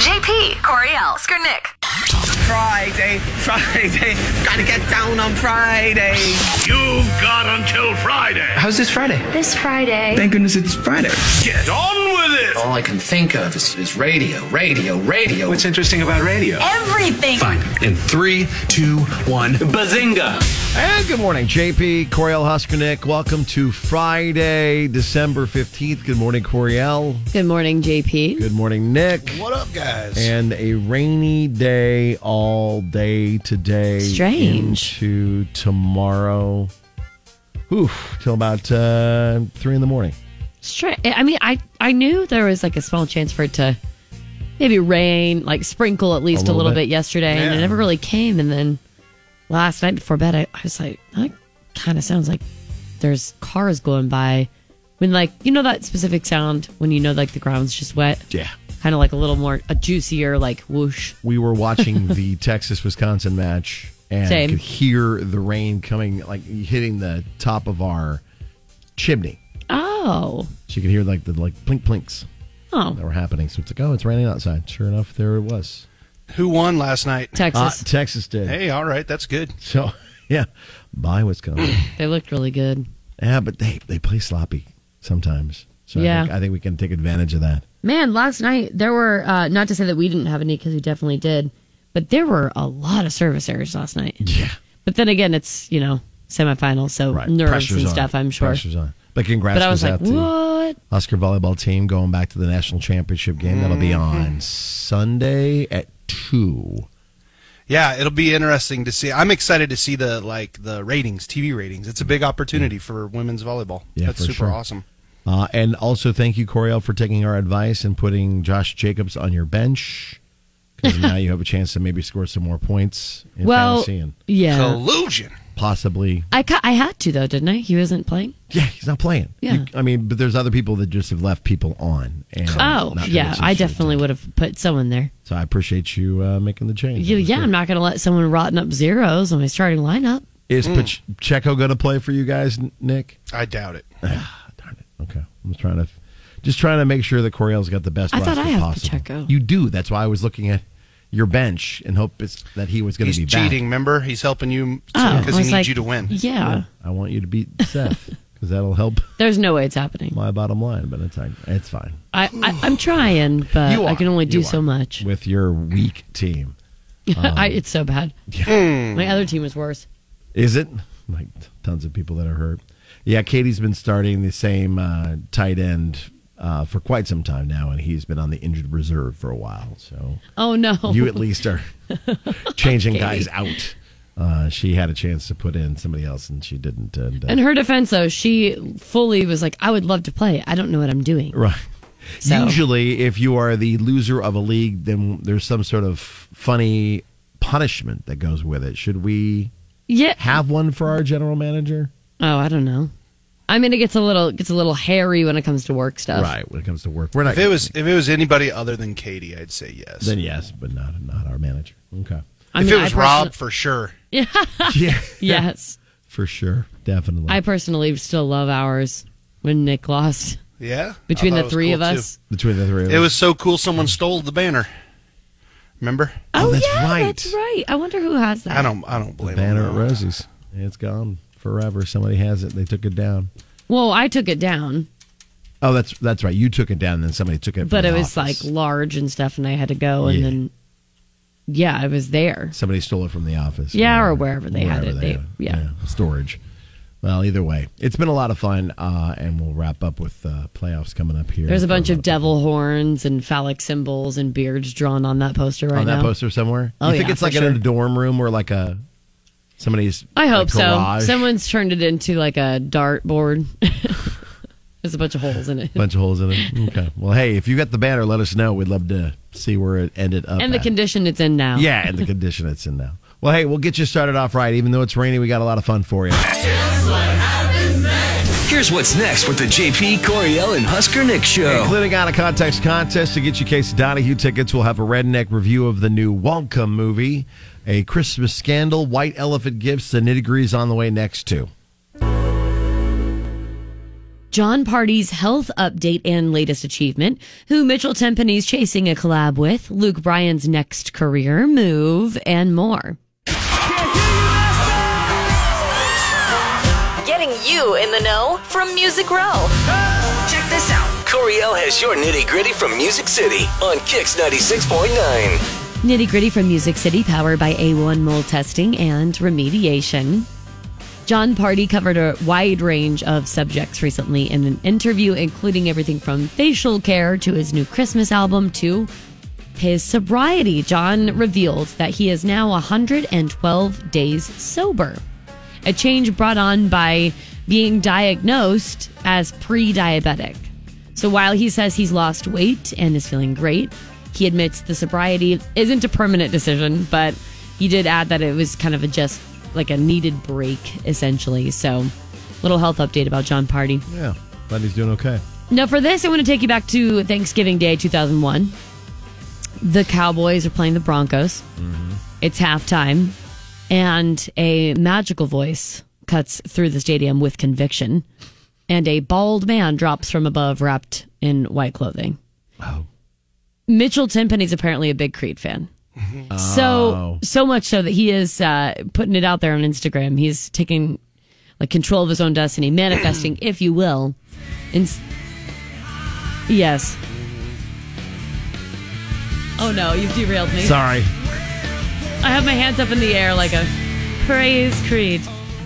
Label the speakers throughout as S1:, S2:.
S1: JP, Coriel, Skernick.
S2: Friday, Friday, gotta get down on Friday.
S3: You've got until Friday.
S2: How's this Friday?
S4: This Friday.
S2: Thank goodness it's Friday.
S3: Get on with it.
S5: All I can think of is, is radio, radio, radio.
S6: What's interesting about radio?
S7: everything.
S6: Fine. In three, two, one. Bazinga!
S8: And good morning, JP, Coriel Huskernick. Welcome to Friday, December 15th. Good morning, Coriel.
S9: Good morning, JP.
S8: Good morning, Nick. What up, guys? And a rainy day all day today.
S9: Strange.
S8: Into tomorrow. Oof, till about uh, 3 in the morning.
S9: Stra- I mean, I I knew there was like a small chance for it to maybe rain, like sprinkle at least a
S8: little
S9: little,
S8: bit.
S9: bit. yesterday, and it never really came. And then last night before bed, I, I was like, that kind of sounds like there's cars going by. When like you know that specific sound when you know like the ground's just wet,
S8: Yeah.
S9: kind of like a little more a juicier like whoosh.
S8: we were watching the Texas Wisconsin match and
S9: Same.
S8: could hear the rain coming, like hitting the top of our chimney.
S9: Oh,
S8: So you could hear like the like plink plinks that
S9: oh,
S8: were happening. So it's like, oh, it's raining outside. Sure enough, there it was.
S6: Who won last night?
S8: Uh,
S9: Texas.
S8: Texas did.
S6: Hey, all right, that's good.
S8: So yeah, bye Wisconsin.
S9: they looked really good.
S8: yeah, but they they play sloppy sometimes. So I,
S9: Yeah.
S8: think, I think we can take advantage of that.
S9: Man, last night there were uh, not to say that we didn't have any because we definitely did, but there were a lot of service errors last night.
S8: Yeah,
S9: But then again, it's you know semifinals, so
S8: right.
S9: nerves
S8: Pressure's
S9: and
S8: on.
S9: stuff. I'm sure.
S8: Pressure's on. But congrats
S9: But I was
S8: goes
S9: like,
S8: out to-
S9: what?
S8: Oscar volleyball team going back to the national championship game. That'll be
S9: Mm-hmm.
S8: on Sunday at two.
S10: Yeah, it'll be interesting to see. I'm excited to see the like the ratings, TV ratings. It's a big opportunity for women's volleyball.
S8: Yeah,
S10: that's
S8: for
S10: super
S8: sure.
S10: awesome.
S8: Uh, and also, thank you, Coriel, for taking our advice and putting Josh Jacobs on your bench because now you have a chance to maybe score some more points in
S9: Well,
S8: fantasy and
S9: yeah.
S10: Collusion.
S8: possibly.
S9: I ca- I had to though, didn't I? He wasn't playing.
S8: Yeah, he's not playing.
S9: Yeah.
S8: You- I mean, but there's other people that just have left people on. And
S9: Oh,
S8: not
S9: yeah.
S8: really
S9: I
S8: suited.
S9: definitely would have put someone there.
S8: So I appreciate you uh, making the change.
S9: You,
S8: That was
S9: yeah,
S8: good.
S9: I'm not going to let someone rotten up zeros on my starting lineup.
S8: Is Pacheco going to play for you guys, N- Nick?
S10: I doubt it.
S8: Darn it. Okay. I'm just trying to just trying to make sure that Coriel's got the best
S9: I thought
S8: roster
S9: I have
S8: possible.
S9: Pacheco.
S8: You do. That's why I was looking at your bench and hope it's, that he was going
S10: He's
S8: to be
S10: cheating.
S8: back.
S10: Remember, he's helping you
S9: Oh,
S10: because
S9: I
S10: he
S9: was
S10: needs
S9: like,
S10: you to win.
S9: Yeah.
S8: I want you to beat Seth because that'll help
S9: There's no way it's happening.
S8: my bottom line. But it's like, it's fine.
S9: I, I I'm trying, but
S8: You
S9: I
S8: are.
S9: can only
S8: You
S9: do
S8: are.
S9: so much.
S8: with your weak team.
S9: I,
S8: um,
S9: it's so bad. My other team is worse.
S8: Is it like tons of people that are hurt? Yeah, Katie's been starting the same uh, tight end uh, for quite some time now, and he's been on the injured reserve for a while. So
S9: Oh no!
S8: you at least are changing guys out. Uh, she had a chance to put in somebody else, and she didn't. And, uh,
S9: In her defense, though, she fully was like, "I would love to play. I don't know what I'm doing."
S8: right.
S9: So-
S8: Usually, if you are the loser of a league, then there's some sort of funny punishment that goes with it. Should we
S9: Yeah.
S8: have one for our general manager?
S9: Oh, I don't know. I mean, it gets a little gets a little hairy when it comes to work stuff.
S8: Right when it comes to work, we're not.
S10: If it was if it was anybody other than Katie, I'd say yes.
S8: then yes, but not not our manager. Okay.
S9: I
S10: if
S9: mean,
S10: it was
S9: I person-
S10: Rob, for sure.
S8: yeah,
S9: yes,
S8: for sure, definitely.
S9: I personally still love ours when Nick lost
S10: Yeah,
S9: between
S10: I thought
S9: the
S10: it was
S9: three
S10: cool,
S9: of us.
S8: Between the three of
S10: too. It
S8: us.
S10: was so cool. Someone stole the banner. Remember?
S8: Oh, that's
S9: yeah,
S8: right.
S9: that's right. I wonder who has that.
S10: I don't. I don't blame
S8: banner at
S10: him.
S8: Rosie's. It's gone forever. Somebody has it. They took it down.
S9: Well, I took it down,
S8: Oh, that's that's right. You took it down, and then somebody took it. From
S9: but
S8: the
S9: it was
S8: office.
S9: like large and stuff, and I had to go, and
S8: Yeah.
S9: then yeah, I was there.
S8: somebody stole it from the office.
S9: Yeah, or wherever they had it. They- yeah.
S8: storage. Well, either way, it's been a lot of fun, uh, and we'll wrap up with uh, playoffs coming up here. Oh,
S9: There's a
S8: for
S9: bunch
S8: lot
S9: of devil horns and phallic symbols and beards drawn on that poster right
S8: on
S9: now.
S8: that poster somewhere.
S9: Oh,
S8: you think
S9: yeah,
S8: it's like
S9: for
S8: in a
S9: sure.
S8: dorm room or like a somebody's.
S9: I hope
S8: like,
S9: so.
S8: garage?
S9: Someone's turned it into like a dart board. There's a bunch of holes in it.
S8: bunch of holes in it. Okay. Well, hey, if you got the banner, let us know. We'd love to see where it ended up.
S9: And the
S8: at.
S9: condition it's in now.
S8: Yeah, and the condition it's in now. Well, hey, we'll get you started off right. Even though it's rainy, we got a lot of fun for you.
S5: Here's what's next with the JP Coriel and Husker Nick show.
S8: Including out of context contest to get you Case Donahue tickets. We'll have a redneck review of the new Wonka movie, a Christmas scandal, white elephant gifts, the nitty gritty's on the way next too.
S9: John Party's health update and latest achievement, who Mitchell Tempany's chasing a collab with, Luke Bryan's next career move, and more.
S1: Getting you in the know from Music Row. Check this out.
S5: Coriel has your nitty gritty from Music City on Kix 96.9.
S9: Nitty gritty from Music City, powered by A1 mold testing and remediation. John Party covered a wide range of subjects recently in an interview, including everything from facial care to his new Christmas album to his sobriety. John revealed that he is now 112 days sober, a change brought on by being diagnosed as pre diabetic. So while he says he's lost weight and is feeling great, he admits the sobriety isn't a permanent decision, but he did add that it was kind of a just like a needed break, essentially. So, little health update about John Party.
S8: Yeah, glad he's doing okay.
S9: Now, for this, I want to take you back to Thanksgiving Day 2001. The Cowboys are playing the Broncos. It's halftime, and a magical voice cuts through the stadium with conviction, and a bald man drops from above wrapped in white clothing.
S8: Oh.
S9: Mitchell Timpany's apparently a big Creed fan. So so much so that he is uh, putting it out there on Instagram. He's taking like control of his own destiny, manifesting, if you will. In- yes. Oh no, you've derailed me.
S8: Sorry.
S9: I have my hands up in the air like a praise Creed.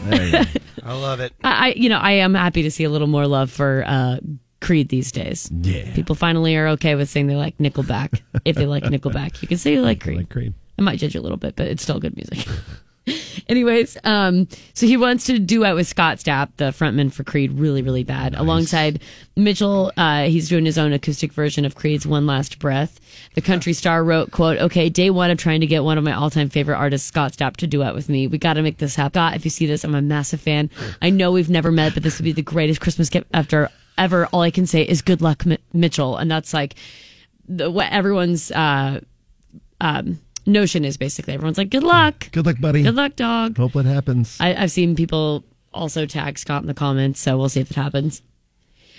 S8: There you go.
S10: I love it.
S9: I, I you know I am happy to see a little more love for uh, Creed these days.
S8: Yeah.
S9: People finally are okay with saying they like Nickelback if they like Nickelback. You can say you like Creed.
S8: like Creed.
S9: I might judge you a little bit, but it's still good music. Anyways, um, so he wants to duet with Scott Stapp, the frontman for Creed, really, really bad. Alongside Mitchell, uh, he's doing his own acoustic version of Creed's "One Last Breath." The country star wrote, "Quote: Okay, day one of trying to get one of my all-time favorite artists, Scott Stapp, to duet with me. We got to make this happen. Scott, if you see this, I'm a massive fan. I know we've never met, but this would be the greatest Christmas gift after ever. All I can say is good luck, M- Mitchell." And that's like the, what everyone's uh, um, notion is basically. Everyone's like, "Good luck."
S8: Good luck, buddy.
S9: Good luck, dog.
S8: Hope it happens.
S9: I, I've seen people also tag Scott in the comments, so we'll see if it happens.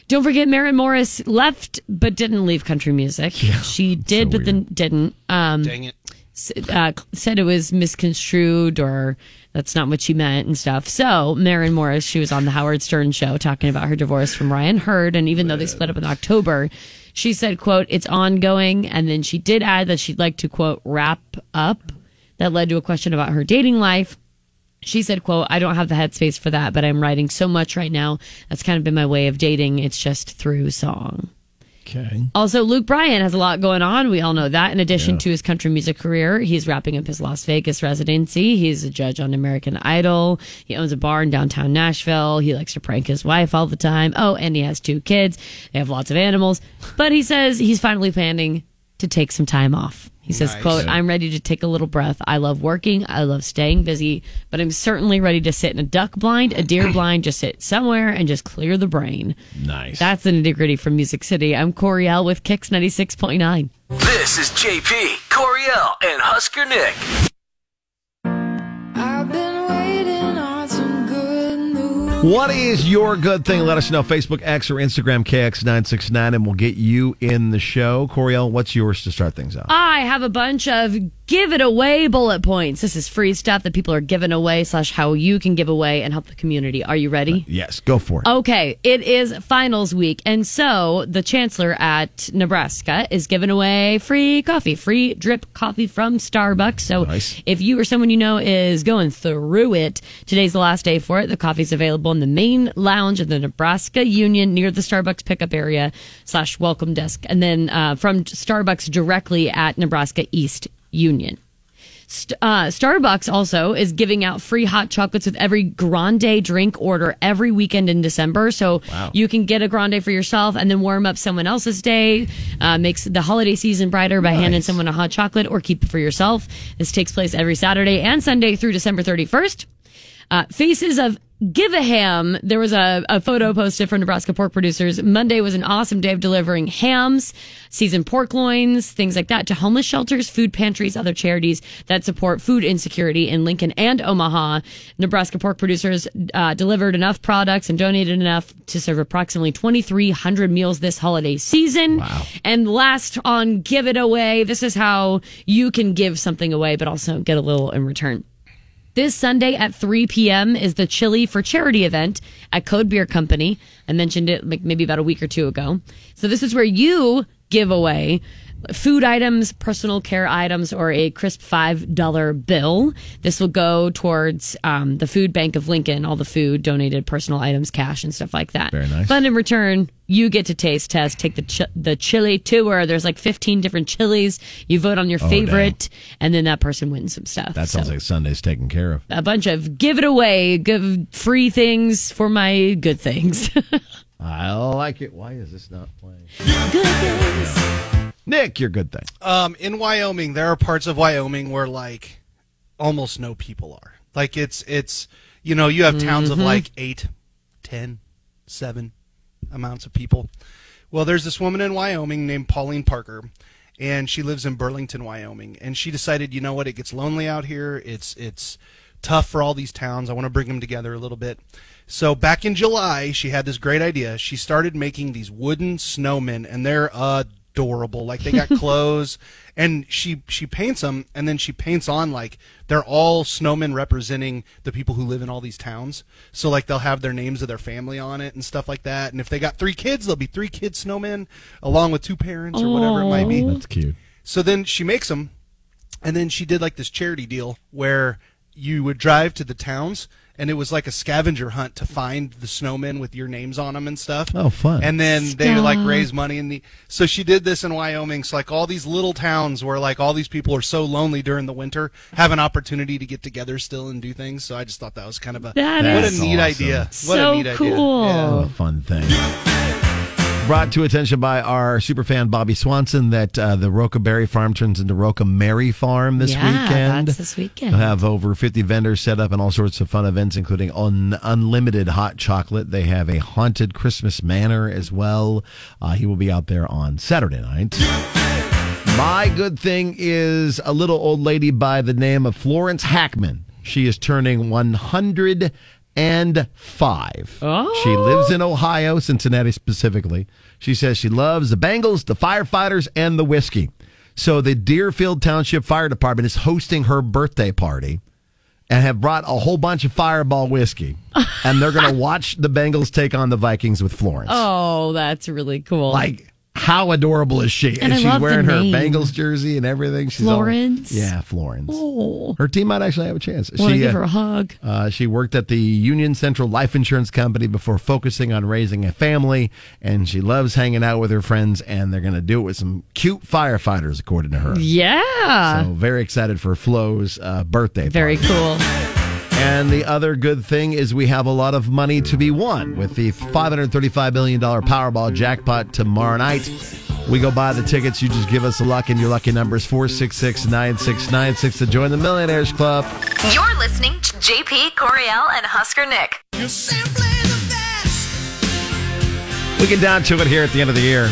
S9: Don't forget, Maren Morris left but didn't leave country music. she did,
S8: so
S9: but then didn't. Um,
S10: Dang it.
S9: s- uh, said it was misconstrued or that's not what she meant and stuff. So, Maren Morris, she was on the Howard Stern show talking about her divorce from Ryan Hurd. And even though they split up in October, she said, quote, it's ongoing. And then she did add that she'd like to, quote, wrap up. That led to a question about her dating life. She said, quote, I don't have the headspace for that, but I'm writing so much right now. That's kind of been my way of dating. It's just through song.
S8: Okay.
S9: Also, Luke Bryan has a lot going on. We all know that. In addition to his country music career, he's wrapping up his Las Vegas residency. He's a judge on American Idol. He owns a bar in downtown Nashville. He likes to prank his wife all the time. Oh, and he has two kids. They have lots of animals. But he says he's finally planning to take some time off. He says,
S10: Nice.
S9: quote, I'm ready to take a little breath. I love working. I love staying busy, but I'm certainly ready to sit in a duck blind, a deer blind, just sit somewhere and just clear the brain.
S8: Nice.
S9: That's the nitty gritty from Music City. I'm Coriel with Kix 96.9.
S5: This is JP, Coriel, and Husker Nick.
S4: I've been waiting on some good news.
S8: What is your good thing? Let us know. Facebook, X, or Instagram, KX969, and we'll get you in the show. Coriel, what's yours to start things out?
S9: I have a bunch of give it away bullet points. This is free stuff that people are giving away, slash, how you can give away and help the community. Are you ready?
S8: yes, go for it.
S9: Okay, it is finals week. And so the chancellor at Nebraska is giving away free coffee, free drip coffee from Starbucks. So
S8: Nice.
S9: if you or someone you know is going through it, today's the last day for it. The coffee's available in the main lounge of the Nebraska Union near the Starbucks pickup area slash welcome desk. And then uh, from Starbucks directly at Nebraska East Union. St- uh, Starbucks also is giving out free hot chocolates with every grande drink order every weekend in December. So you can get a grande for yourself and then warm up someone else's day. Uh, makes the holiday season brighter by handing someone a hot chocolate or keep it for yourself. This takes place every Saturday and Sunday through December 31st. Uh, Faces of give a ham. There was a, a photo posted from Nebraska pork producers. Monday was an awesome day of delivering hams, seasoned pork loins, things like that to homeless shelters, food pantries, other charities that support food insecurity in Lincoln and Omaha. Nebraska pork producers uh, delivered enough products and donated enough to serve approximately 2,300 meals this holiday season.
S8: Wow.
S9: And last on give it away, this is how you can give something away, but also get a little in return. This Sunday at 3 p.m. is the Chili for Charity event at Code Beer Company. I mentioned it like maybe about a week or two ago. So this is where you give away food items, personal care items, or a crisp $5 bill. This will go towards um, the Food Bank of Lincoln, all the food, donated personal items, cash, and stuff like that.
S8: Very nice.
S9: But in return, you get to taste test, take the ch- the chili tour. There's like 15 different chilies. You vote on your favorite, and then that person wins some stuff.
S8: Oh, That sounds
S9: So-
S8: like Sunday's taken care of.
S9: a bunch of give it away, give free things for my good things.
S8: I like it. Why is this not playing? Nick, your good thing.
S10: Um, in Wyoming, there are parts of Wyoming where like almost no people are. Like it's it's you know you have towns of like eight, ten, seven amounts of people. Well, there's this woman in Wyoming named Pauline Parker, and she lives in Burlington, Wyoming. And she decided, you know what, it gets lonely out here. It's it's tough for all these towns. I want to bring them together a little bit. So back in July, she had this great idea. She started making these wooden snowmen, and they're uh, adorable. Like they got clothes, and she she paints them, and then she paints on like they're all snowmen representing the people who live in all these towns. So like they'll have their names of their family on it and stuff like that. And if they got three kids, they'll be three kid snowmen along with two parents or whatever it might be.
S8: Oh. That's cute.
S10: So then she makes them, and then she did like this charity deal where you would drive to the towns, and it was like a scavenger hunt to find the snowmen with your names on them and stuff.
S8: Oh, fun.
S10: And then they would like
S9: Stop.
S10: raise money in the. So she did this in Wyoming. So like all these little towns where like all these people are so lonely during the winter have an opportunity to get together still and do things. So I just thought that was kind of a
S9: That
S10: what
S8: is
S10: a neat
S8: awesome.
S10: idea. What
S9: So
S10: a neat
S9: cool.
S10: idea. Yeah.
S8: What a fun thing. Brought to attention by our super fan Bobby Swanson that uh, the Roca Berry Farm turns into Roca Mary Farm this
S9: Yeah,
S8: weekend.
S9: that's this weekend.
S8: They'll have over 50 vendors set up and all sorts of fun events, including un- unlimited hot chocolate. They have a haunted Christmas manor as well. Uh, he will be out there on Saturday night. My good thing is a little old lady by the name of Florence Hackman. She is turning 105.
S9: Oh.
S8: She lives in Ohio, Cincinnati specifically. She says she loves the Bengals, the firefighters, and the whiskey. So the Deerfield Township Fire Department is hosting her birthday party and have brought a whole bunch of fireball whiskey. And they're going to watch the Bengals take on the Vikings with Florence.
S9: oh, that's really cool.
S8: Like, how adorable is she?
S9: And I
S8: she's
S9: love the
S8: wearing her
S9: name.
S8: Bengals jersey and everything. She's all-
S9: Florence?
S8: yeah, Florence.
S9: oh,
S8: Her team might actually have a chance.
S9: want to
S8: She,
S9: give
S8: uh,
S9: her a hug.
S8: uh, she worked at the Union Central Life Insurance Company before focusing on raising a family, and she loves hanging out with her friends, and they're going to do it with some cute firefighters, according to her.
S9: Yeah,
S8: So, very excited for Flo's uh, birthday.
S9: very
S8: party.
S9: cool.
S8: And the other good thing is we have a lot of money to be won with the $535 million Powerball jackpot tomorrow night. We go buy the tickets. You just give us a luck, and your lucky number is 466 9696 to join the Millionaires Club.
S1: You're listening to JP Coriel and Husker Nick.
S8: We get down to it here at the end of the year,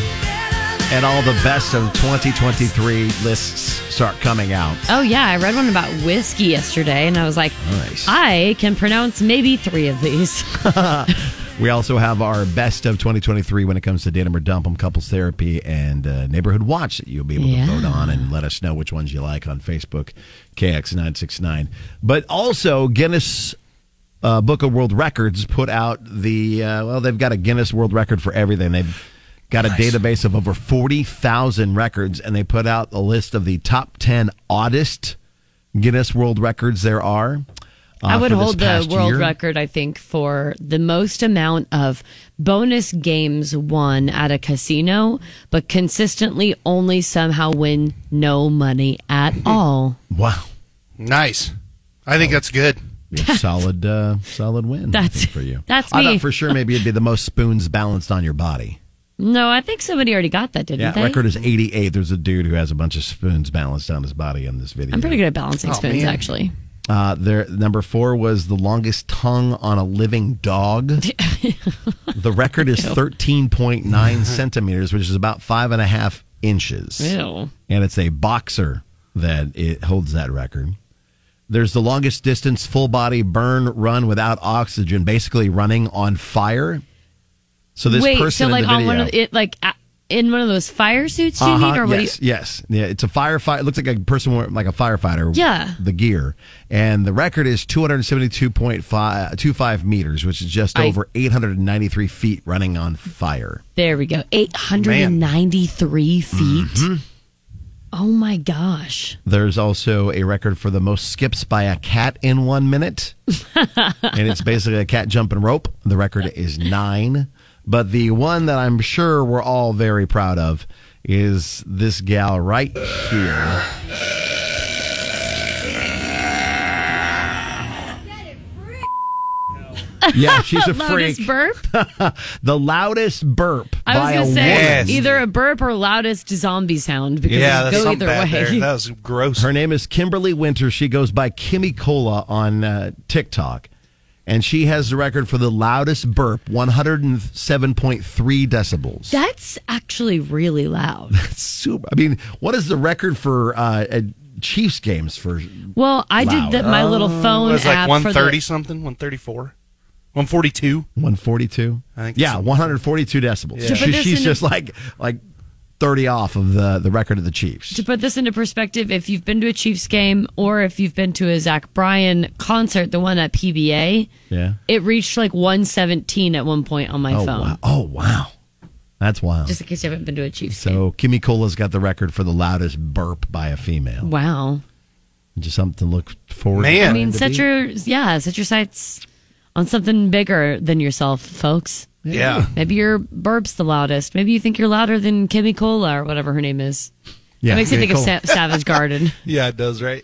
S8: and all the best of 2023 lists start coming out.
S9: Oh yeah, I read one about whiskey yesterday, and I was like,
S8: Nice.
S9: I can pronounce maybe three of these.
S8: We also have our best of 2023 when it comes to Datum or Dump 'em, couples therapy, and uh, neighborhood watch that you'll be able
S9: Yeah.
S8: to vote on and let us know which ones you like on Facebook, KX969. But also, Guinness uh, Book of World Records put out the, uh, well, they've got a Guinness World Record for everything. They've got a database of over 40,000 records, and they put out a list of the top 10 oddest Guinness World Records there are. uh,
S9: I would
S8: for this
S9: hold the
S8: past
S9: world
S8: year.
S9: record, I think, for the most amount of bonus games won at a casino, but consistently only somehow win no money at all.
S8: Wow.
S10: Nice. I think that's good.
S8: Yeah, solid, uh, solid win. I
S9: That's-
S8: think, for you.
S9: that's
S8: I
S9: me.
S8: thought for sure maybe it'd be the most spoons balanced on your body.
S9: No, I think somebody already got that, didn't
S8: Yeah,
S9: they?
S8: record is eighty eight. There's a dude who has a bunch of spoons balanced on his body in this video.
S9: I'm pretty good at balancing
S10: Oh,
S9: spoons,
S10: man.
S9: actually.
S8: Uh, there, number four was the longest tongue on a living dog. the record is thirteen point nine centimeters, which is about five and a half inches.
S9: Ew.
S8: And it's a boxer that it holds that record. There's the longest distance full body burn run without oxygen, basically running on fire. So this
S9: Wait,
S8: person
S9: so like
S8: in the
S9: on
S8: video,
S9: one of it like a- in one of those fire suits you
S8: uh-huh,
S9: need, or what? do you-
S8: yes, yes, yeah. It's a firefighter. It looks like a person wearing like a firefighter.
S9: Yeah.
S8: the gear, and the record is two hundred seventy-two point five two five meters, which is just
S9: I-
S8: over eight hundred and ninety-three feet running on fire.
S9: There we go. 893 feet.
S8: Mm-hmm.
S9: Oh my gosh.
S8: There's also a record for the most skips by a cat in one minute, and it's basically a cat jumping rope. The record is nine, but the one that I'm sure we're all very proud of is this gal right here. Yeah, she's a freak.
S9: Loudest burp?
S8: the loudest burp
S9: I was
S8: by
S9: going
S8: a
S9: to say
S8: woman.
S10: Yes.
S9: either a burp or loudest zombie sound because
S10: Yeah,
S9: it
S10: that's
S9: go
S10: something
S9: either
S10: bad there.
S9: way.
S10: That was gross.
S8: Her name is Kimberly Winter. She goes by Kimmy Cola on uh, TikTok. And she has the record for the loudest burp, 107.3 decibels.
S9: That's actually really loud.
S8: Super. I mean, what is the record for uh, uh, Chiefs games for?
S9: Well, I
S8: Loud. Oh.
S9: did that my little phone
S10: it was like
S9: app
S10: one
S9: for
S10: thirty
S9: the,
S10: something, one thirty four, one forty two.
S8: 142.
S10: I think
S8: yeah,
S10: so.
S8: 142 decibels.
S9: To put
S8: She-
S9: this
S8: she's
S9: in-
S8: just like like 30 off of the the record of the Chiefs.
S9: to put this into perspective, if you've been to a Chiefs game or if you've been to a Zach Bryan concert, the one at PBA,
S8: Yeah.
S9: it reached like 117 at one point on my
S8: Oh
S9: phone.
S8: wow. Oh wow. That's wild.
S9: Just in case you haven't been to a Chiefs game.
S8: so Kimmy Cola's got the record for the loudest burp by a female.
S9: Wow.
S8: Just something to look forward.
S10: Man.
S8: to.
S9: I mean,
S8: to
S9: set
S8: be.
S9: your yeah, set your sights on something bigger than yourself, folks.
S10: Yeah.
S9: Maybe your burp's the loudest. Maybe you think you're louder than Kimmy Cola or whatever her name is.
S8: Yeah,
S9: it makes me
S8: Kimmy
S9: think
S8: Cola.
S9: of Sa- Savage Garden.
S10: Yeah, it does, right?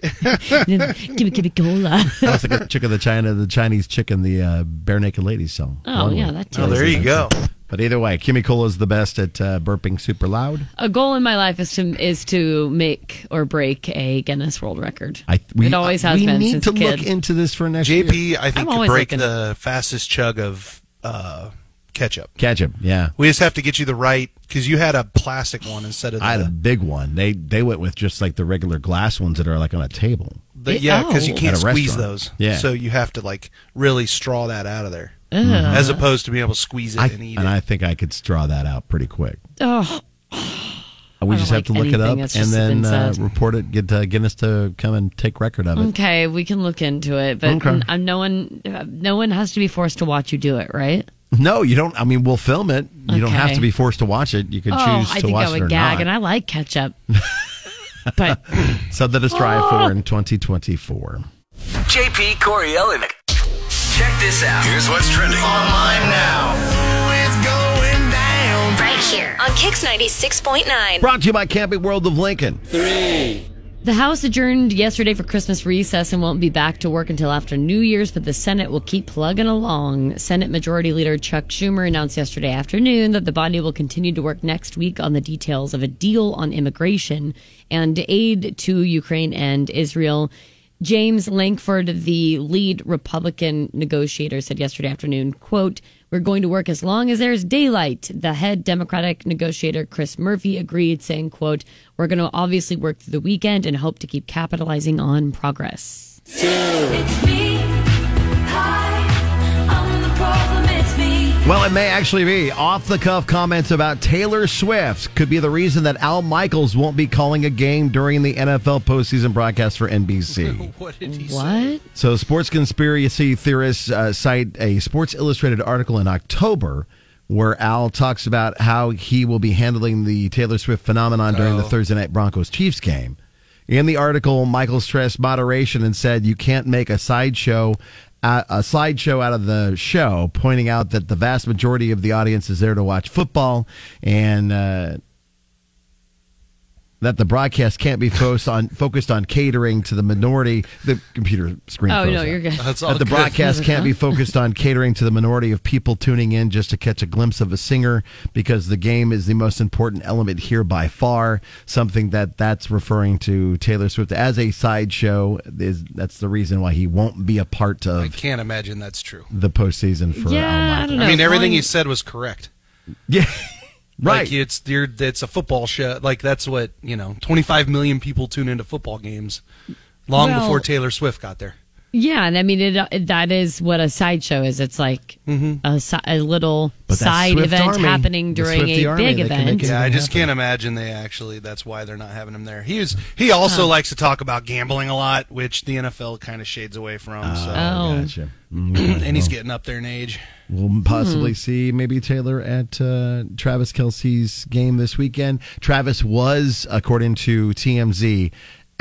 S9: Kimmy Kimmy Cola.
S8: That's like a chick of the China, the Chinese chicken, the uh, bare naked ladies song.
S9: Oh,
S8: One
S9: yeah,
S8: way.
S9: that too.
S10: oh, there you go.
S8: But either way, Kimmy Cola's the best at uh, burping super loud.
S9: A goal in my life is to is to make or break a Guinness World Record.
S8: I
S9: it always has
S8: we
S9: been
S8: need
S9: since
S8: to
S9: a kid.
S8: look into this for next year.
S10: JP, I think
S9: I'm
S10: could
S9: always
S10: break
S9: looking.
S10: the fastest chug of uh, ketchup.
S8: Ketchup, yeah.
S10: We just have to get you the right because you had a plastic one instead of the,
S8: I had a big one. They they went with just like the regular glass ones that are like on a table.
S10: the- yeah because you
S9: Oh.
S10: can't
S8: At a
S10: squeeze
S8: restaurant.
S10: those.
S8: Yeah.
S10: so you have to like really straw that out of there
S9: Ugh.
S10: as opposed to being able to squeeze it
S8: I,
S10: and eat
S8: and
S10: it.
S8: I think I could straw that out pretty quick.
S9: Ugh.
S8: We
S9: I
S8: just
S9: don't
S8: have to
S9: like
S8: look it
S9: anything
S8: up
S9: that's
S8: and
S9: just
S8: then
S9: been
S8: uh,
S9: said.
S8: report it. Get uh, Guinness to come and take record of it.
S9: Okay, we can look into it, but
S8: Okay.
S9: um, no one uh, no one has to be forced to watch you do it, right?
S8: No, you don't. I mean, we'll film it. You don't have
S9: Okay.
S8: to be forced to watch it. You can
S9: Oh,
S8: choose
S9: I
S8: to
S9: think
S8: watch
S9: I
S8: it or
S9: would gag,
S8: not.
S9: and I like ketchup. but
S8: Something to strive
S9: Oh.
S8: for in 2024.
S5: JP Coriel and
S2: Check this out.
S5: here's what's trending.
S2: Online now. It's going down.
S1: Right here on Kix 96.9.
S8: Brought to you by Camping World of Lincoln.
S9: the House adjourned yesterday for Christmas recess and won't be back to work until after New Year's, but the Senate will keep plugging along. Senate Majority Leader Chuck Schumer announced yesterday afternoon that the body will continue to work next week on the details of a deal on immigration and aid to Ukraine and Israel. James Lankford, the lead Republican negotiator, said yesterday afternoon, quote, we're going to work as long as there's daylight. The head Democratic negotiator, Chris Murphy, agreed, saying, quote, we're going to obviously work through the weekend and hope to keep capitalizing on progress.
S4: It's me. Hi, I'm the problem. It's me.
S8: Well, it may actually be off the cuff comments about Taylor Swift could be the reason that Al Michaels won't be calling a game during the NFL postseason broadcast for NBC.
S10: what did he say?
S9: What?
S8: So, sports conspiracy theorists uh, cite a Sports Illustrated article in October where Al talks about how he will be handling the Taylor Swift phenomenon during the Thursday night Broncos Chiefs game. In the article, Michael stressed moderation and said, "You can't make a sideshow." Uh, a sideshow out of the show, pointing out that the vast majority of the audience is there to watch football, and uh, that the broadcast can't be focused on focused on catering to the minority. The computer screen.
S9: Oh,
S8: froze
S9: no,
S8: up.
S9: you're good.
S10: That's all.
S8: That the
S10: good.
S8: broadcast can't be focused on catering to the minority of people tuning in just to catch a glimpse of a singer because the game is the most important element here by far. Something that that's referring to Taylor Swift as a sideshow is that's the reason why he won't be a part
S10: I
S8: of
S10: can't imagine that's true.
S8: the postseason for oh
S9: yeah, I
S8: Almighty.
S9: don't know.
S10: Oh, I mean, everything
S9: Calling-
S10: you said was correct.
S8: Yeah, right.
S10: Like it's you're, it's a football show. Like that's what you know. Twenty five million people tune into football games long
S9: Well-
S10: before Taylor Swift got there.
S9: Yeah, and I mean it, it- that is what a sideshow is. It's like
S10: Mm-hmm.
S9: a, si- a little
S8: But that
S9: side
S8: Swift
S9: event
S8: Army,
S9: happening
S8: the
S9: during
S8: Swiftie
S9: a
S8: Army,
S9: big
S8: they can
S9: event.
S8: make it-
S10: Yeah, I
S8: gonna
S10: just
S8: happen.
S10: can't imagine they actually. That's why they're not having him there. He is. He also likes to talk about gambling a lot, which the NFL kind of shades away from.
S9: Oh.
S8: Gotcha. Mm-hmm.
S10: so, and he's getting up there in age.
S9: Hmm.
S8: We'll possibly see maybe Taylor at uh, Travis Kelsey's game this weekend. Travis was, according to TMZ,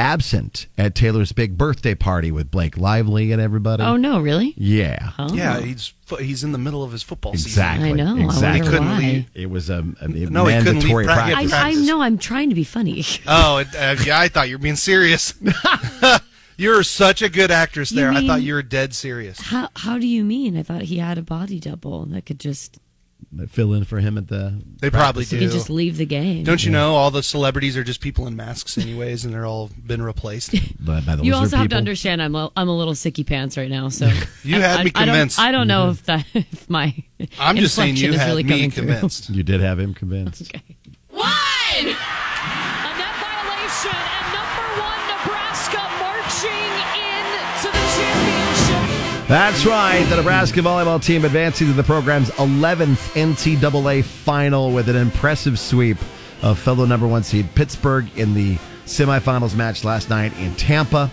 S8: absent at Taylor's big birthday party with Blake Lively and everybody.
S9: Oh no, really?
S8: yeah,
S9: Oh.
S10: Yeah, he's fo- he's in the middle of his football season.
S8: exactly.
S9: I know. I
S8: Exactly.
S9: wonder
S10: Couldn't
S9: why.
S10: leave.
S8: It was um, a,
S10: No, he couldn't leave
S8: mandatory
S10: practice.
S9: I,
S8: practice.
S9: I
S10: Practice.
S9: know. I'm trying to be funny.
S10: Oh, it- uh, yeah, I thought you were being serious. You're such a good actress
S9: You
S10: there. I thought
S9: mean-
S10: you were dead serious.
S9: How How do you mean? I thought he had a body double that could just
S8: Fill in for him at the.
S10: They probably
S9: he
S10: do.
S9: could just leave the game.
S10: Don't you know all the celebrities are just people in masks anyways, and they're all been replaced?
S8: By, by the
S9: you
S8: lizard
S9: also have to
S8: people.
S9: understand. I'm a, I'm a little sicky pants right now. So
S10: You had
S9: I,
S10: me
S9: I don't-
S10: convinced. Mm-hmm.
S9: I don't, know if that if my
S10: I'm just saying you
S9: inflection is
S10: had
S9: really
S10: me
S9: coming through.
S10: convinced.
S8: You did have him convinced.
S1: One! A net violation, and number one, Nebraska marching into the championship.
S8: That's right. The Nebraska volleyball team advancing to the program's 11th NCAA final with an impressive sweep of fellow number one seed Pittsburgh in the semifinals match last night in Tampa.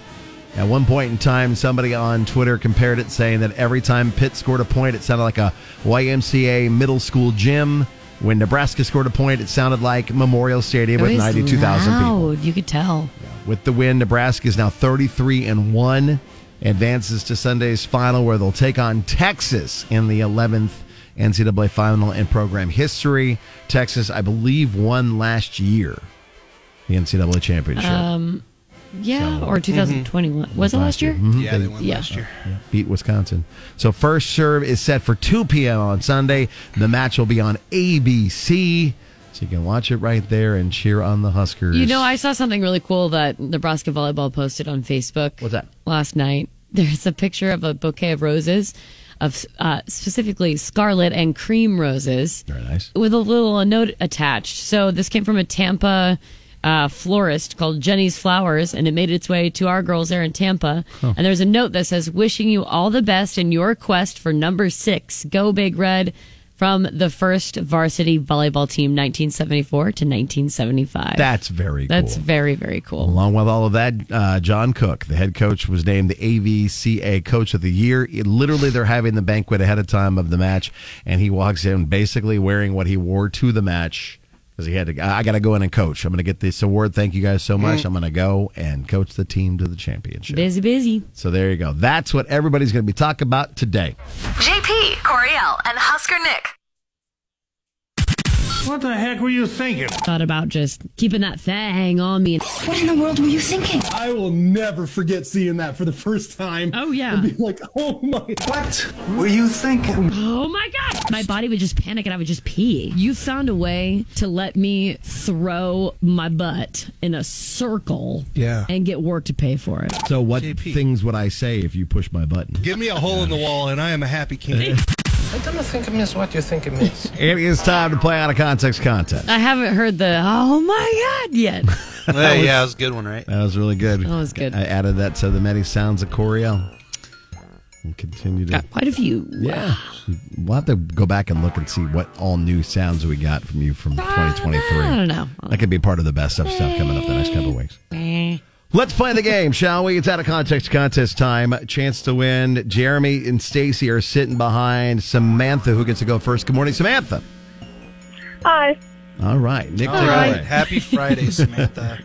S8: At one point in time, somebody on Twitter compared it, saying that every time Pitt scored a point, it sounded like a YMCA middle school gym. When Nebraska scored a point, it sounded like Memorial Stadium
S9: It
S8: with
S9: was
S8: 92,000 people.
S9: loud. You could tell.
S8: With the win, Nebraska is now 33 and 1, advances to Sunday's final where they'll take on Texas in the 11th NCAA final in program history. Texas, I believe, won last year the NCAA championship.
S9: Um, Yeah,
S10: mm-hmm.
S9: or 2021 was it last year?
S8: Mhm.
S10: Yeah, they won
S9: Yeah. Oh
S10: last year.
S8: beat Wisconsin. So first serve is set for 2 p.m. on Sunday. The match will be on ABC. So you can watch it right there and cheer on the Huskers.
S9: You know, I saw something really cool that Nebraska volleyball posted on Facebook.
S8: What's that?
S9: Last night, there's a picture of a bouquet of roses, of uh, specifically scarlet and cream roses.
S8: Very nice.
S9: with a little note attached. So this came from a Tampa uh, florist called Jenny's Flowers, and it made its way to our girls there in Tampa. And there's a note that says, "Wishing you all the best in your quest for number six. Go Big Red." From the first varsity volleyball team, 1974 to 1975.
S8: That's very
S9: That's
S8: cool.
S9: very, very cool.
S8: Along with all of that, uh, John Cook, the head coach, was named the AVCA Coach of the Year. It- literally, they're having the banquet ahead of time of the match, and he walks in basically wearing what he wore to the match because he had to. I got to go in and coach. I'm going to get this award. Thank you guys so much. I'm going to go and coach the team to the championship.
S9: Busy, busy.
S8: So there you go. That's what everybody's going to be talking about today.
S1: JP, Coriel, and Husker Nick.
S3: What the heck were you thinking?
S9: Thought about just keeping that thing on me.
S4: What in the world were you thinking?
S7: I will never forget seeing that for the first time.
S9: Oh, yeah.
S7: Be like, oh my.
S6: What were you thinking?
S9: Oh my god! My body would just panic and I would just pee. You found a way to let me throw my butt in a circle
S10: Yeah.
S9: and get work to pay for it.
S8: So, what
S10: JP.
S8: things would I say if you push my button?
S10: Give me a hole in the wall, and I am a happy king.
S7: I don't think I miss what you think I miss.
S8: It is time to play out of context content.
S9: I haven't heard the oh my god yet.
S10: Hey, yeah, that was a good one, right?
S8: That was really good.
S9: That was good.
S8: I added that to the many sounds of Coriel. And continue to.
S9: Got quite a few.
S8: Yeah. We'll have to go back and look and see what all new sounds we got from you from
S9: I
S8: 2023.
S9: don't know.
S8: That could be part of the best of stuff coming up the next couple of weeks. Let's play the game, shall we? It's out of context contest time. Chance to win. Jeremy and Stacy are sitting behind Samantha, who gets to go first. Good morning, Samantha.
S11: Hi.
S8: All right, Nick.
S10: All
S8: take it
S10: right.
S8: away.
S10: Happy Friday, Samantha.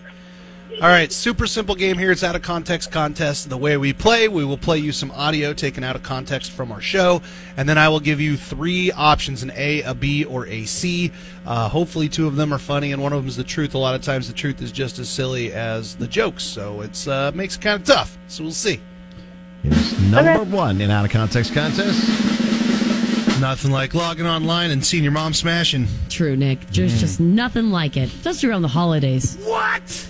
S10: All right, super simple game here. It's out of context contest. The way we play, we will play you some audio taken out of context from our show, and then I will give you three options an A, a B, or a C. Uh, hopefully, two of them are funny, and one of them is the truth. A lot of times, the truth is just as silly as the jokes, so it's uh, makes it kind of tough. So we'll see.
S8: Number one in out of context contest.
S10: Nothing like logging online and seeing your mom smashing.
S9: True, Nick. There's just nothing like it, especially around the holidays.
S10: What?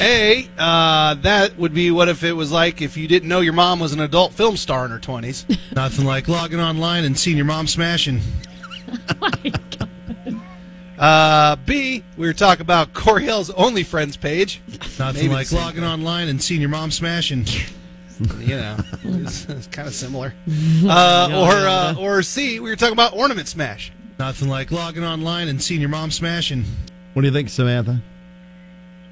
S10: A, uh, that would be what if it was like if you didn't know your mom was an adult film star in her 20s. Nothing like logging online and seeing your mom smashing. Uh, B, we were talking about Coriel's OnlyFriends page. Nothing
S7: Maybe
S10: like
S7: the same
S10: logging online and seeing your mom smashing. you know, it's, it's kind of similar. Uh,
S7: Yeah,
S10: or
S7: yeah,
S10: uh, or C, we were talking about ornament smash. Nothing like logging online and seeing your mom smashing.
S8: What do you think, Samantha?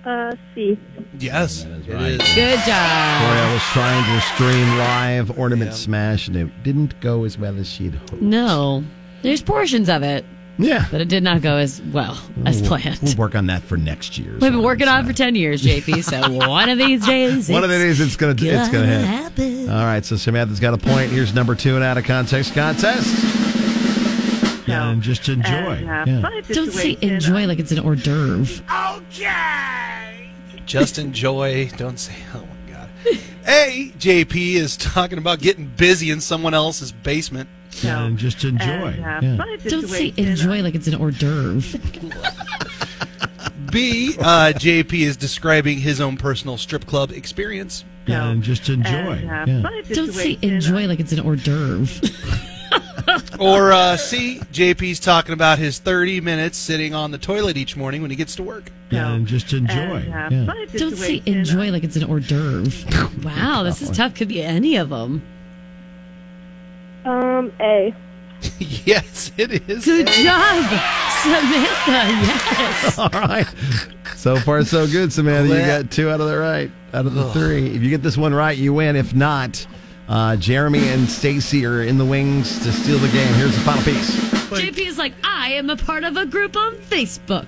S11: Uh, C.
S10: Yes, it
S8: right.
S10: is.
S9: Good job.
S8: Boy, I was trying to stream live ornament smash, and it didn't go as well as she'd hoped.
S9: No. There's portions of it.
S8: Yeah.
S9: But it did not go as well as
S8: We'll-
S9: planned.
S8: We'll work on that for next year. uh,
S9: We've been working on it for 10 years, JP, so one of these days.
S8: One of the
S9: it's
S8: days it's gonna it's gonna
S9: gonna
S8: hit. Uh,
S9: happen.
S8: All right, so Samantha's got a point. Here's number two and out of context contest. and just enjoy.
S9: and,
S11: uh,
S8: Yeah.
S9: Don't say enjoy like it's an hors d'oeuvre.
S10: Just enjoy. Don't say, oh my God. A, JP is talking about getting busy in someone else's basement.
S8: and uh, just enjoy.
S9: Don't say enjoy like it's an hors d'oeuvre.
S10: B, uh, JP is describing his own personal strip club experience.
S8: and uh, just enjoy.
S9: Don't say enjoy like it's an hors d'oeuvre.
S10: Or uh, C, JP's talking about his 30 minutes sitting on the toilet each morning when he gets to work.
S8: and uh, just enjoy.
S9: Don't say enjoy like it's an hors d'oeuvre. Wow, this is tough. Could be any of them.
S11: Um, A.
S10: yes, it is.
S9: Good job, Samantha. Yes.
S8: All right. So far, so good, Samantha. You
S9: Glad.
S8: got two out of the right, out of the three. If you get this one right, you win. If not, uh, Jeremy and Stacy are in the wings to steal the game. Here's the final piece.
S9: JP is like, I am a part of a group on Facebook.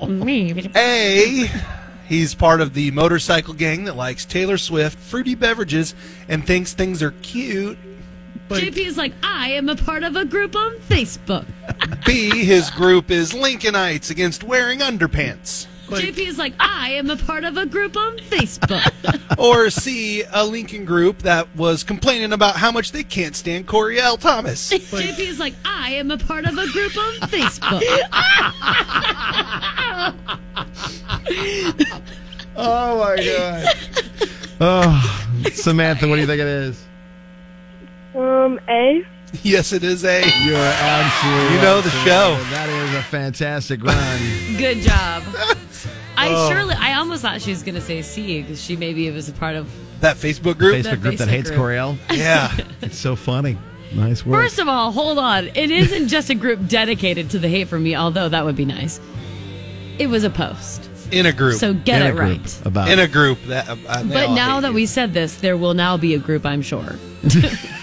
S9: Okay.
S10: A, he's part of the motorcycle gang that likes Taylor Swift, fruity beverages, and thinks things are cute.
S9: JP is like, I am a part of a group on Facebook.
S10: B, his group is Lincolnites against wearing underpants.
S9: JP is like, I am a part of a group on Facebook.
S10: Or C, a Lincoln group that was complaining about how much they can't stand Coriel Thomas.
S9: JP is like, I am a part of a group on Facebook.
S8: Oh my god. Oh, Samantha, what do you think it is?
S11: Um, A.
S10: Yes, it is A.
S8: You're absolutely.
S10: You know the
S8: right,
S10: show.
S8: Samantha. That is a fantastic run.
S9: Good job. I
S8: Oh.
S9: surely, I almost thought she was going to say C because she maybe was a part of.
S10: That Facebook group.
S8: Facebook
S9: That
S8: group that
S9: Facebook
S8: hates
S9: group.
S8: Coriel.
S10: Yeah.
S8: It's so funny. Nice work.
S9: First of all, hold on. It isn't just a group dedicated to the hate for me, although that would be nice. It was a post.
S10: In a group.
S9: So get
S8: In a
S9: it
S8: group
S9: right.
S8: About
S10: In a group that. Uh, uh, they
S9: But
S10: all
S9: now
S10: hate
S9: that
S10: you.
S9: we said this, there will now be a group, I'm sure.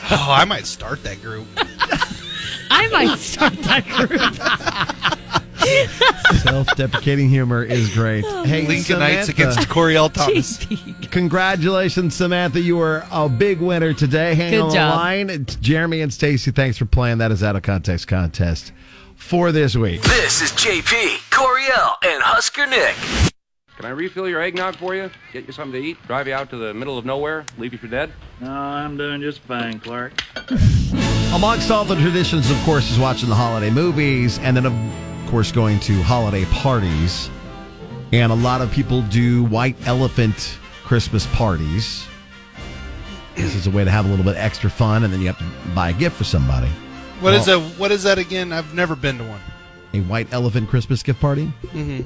S10: Oh, I might start that group.
S9: I might start that group.
S8: self-deprecating humor is great. hey,
S10: Lincolnites
S8: Samantha.
S10: against Coriel Thomas.
S8: Congratulations, Samantha. You were a big winner today. Hang
S9: Good
S8: on
S9: job.
S8: the line. It's Jeremy and Stacy, thanks for playing. That is out of context contest for this week.
S5: This is JP, Coriel, and Husker Nick.
S12: Can I refill your eggnog for you? Get you something to eat? Drive you out to the middle of nowhere? Leave you for dead? No, I'm doing just fine, Clark.
S8: Amongst all the traditions, of course, is watching the holiday movies and then, of course, going to holiday parties. And a lot of people do white elephant Christmas parties. This is a way to have a little bit extra fun, and then you have to buy a gift for somebody.
S10: What is a what is that again? I've never been to one.
S8: A white elephant Christmas gift party?
S10: Mm-hmm.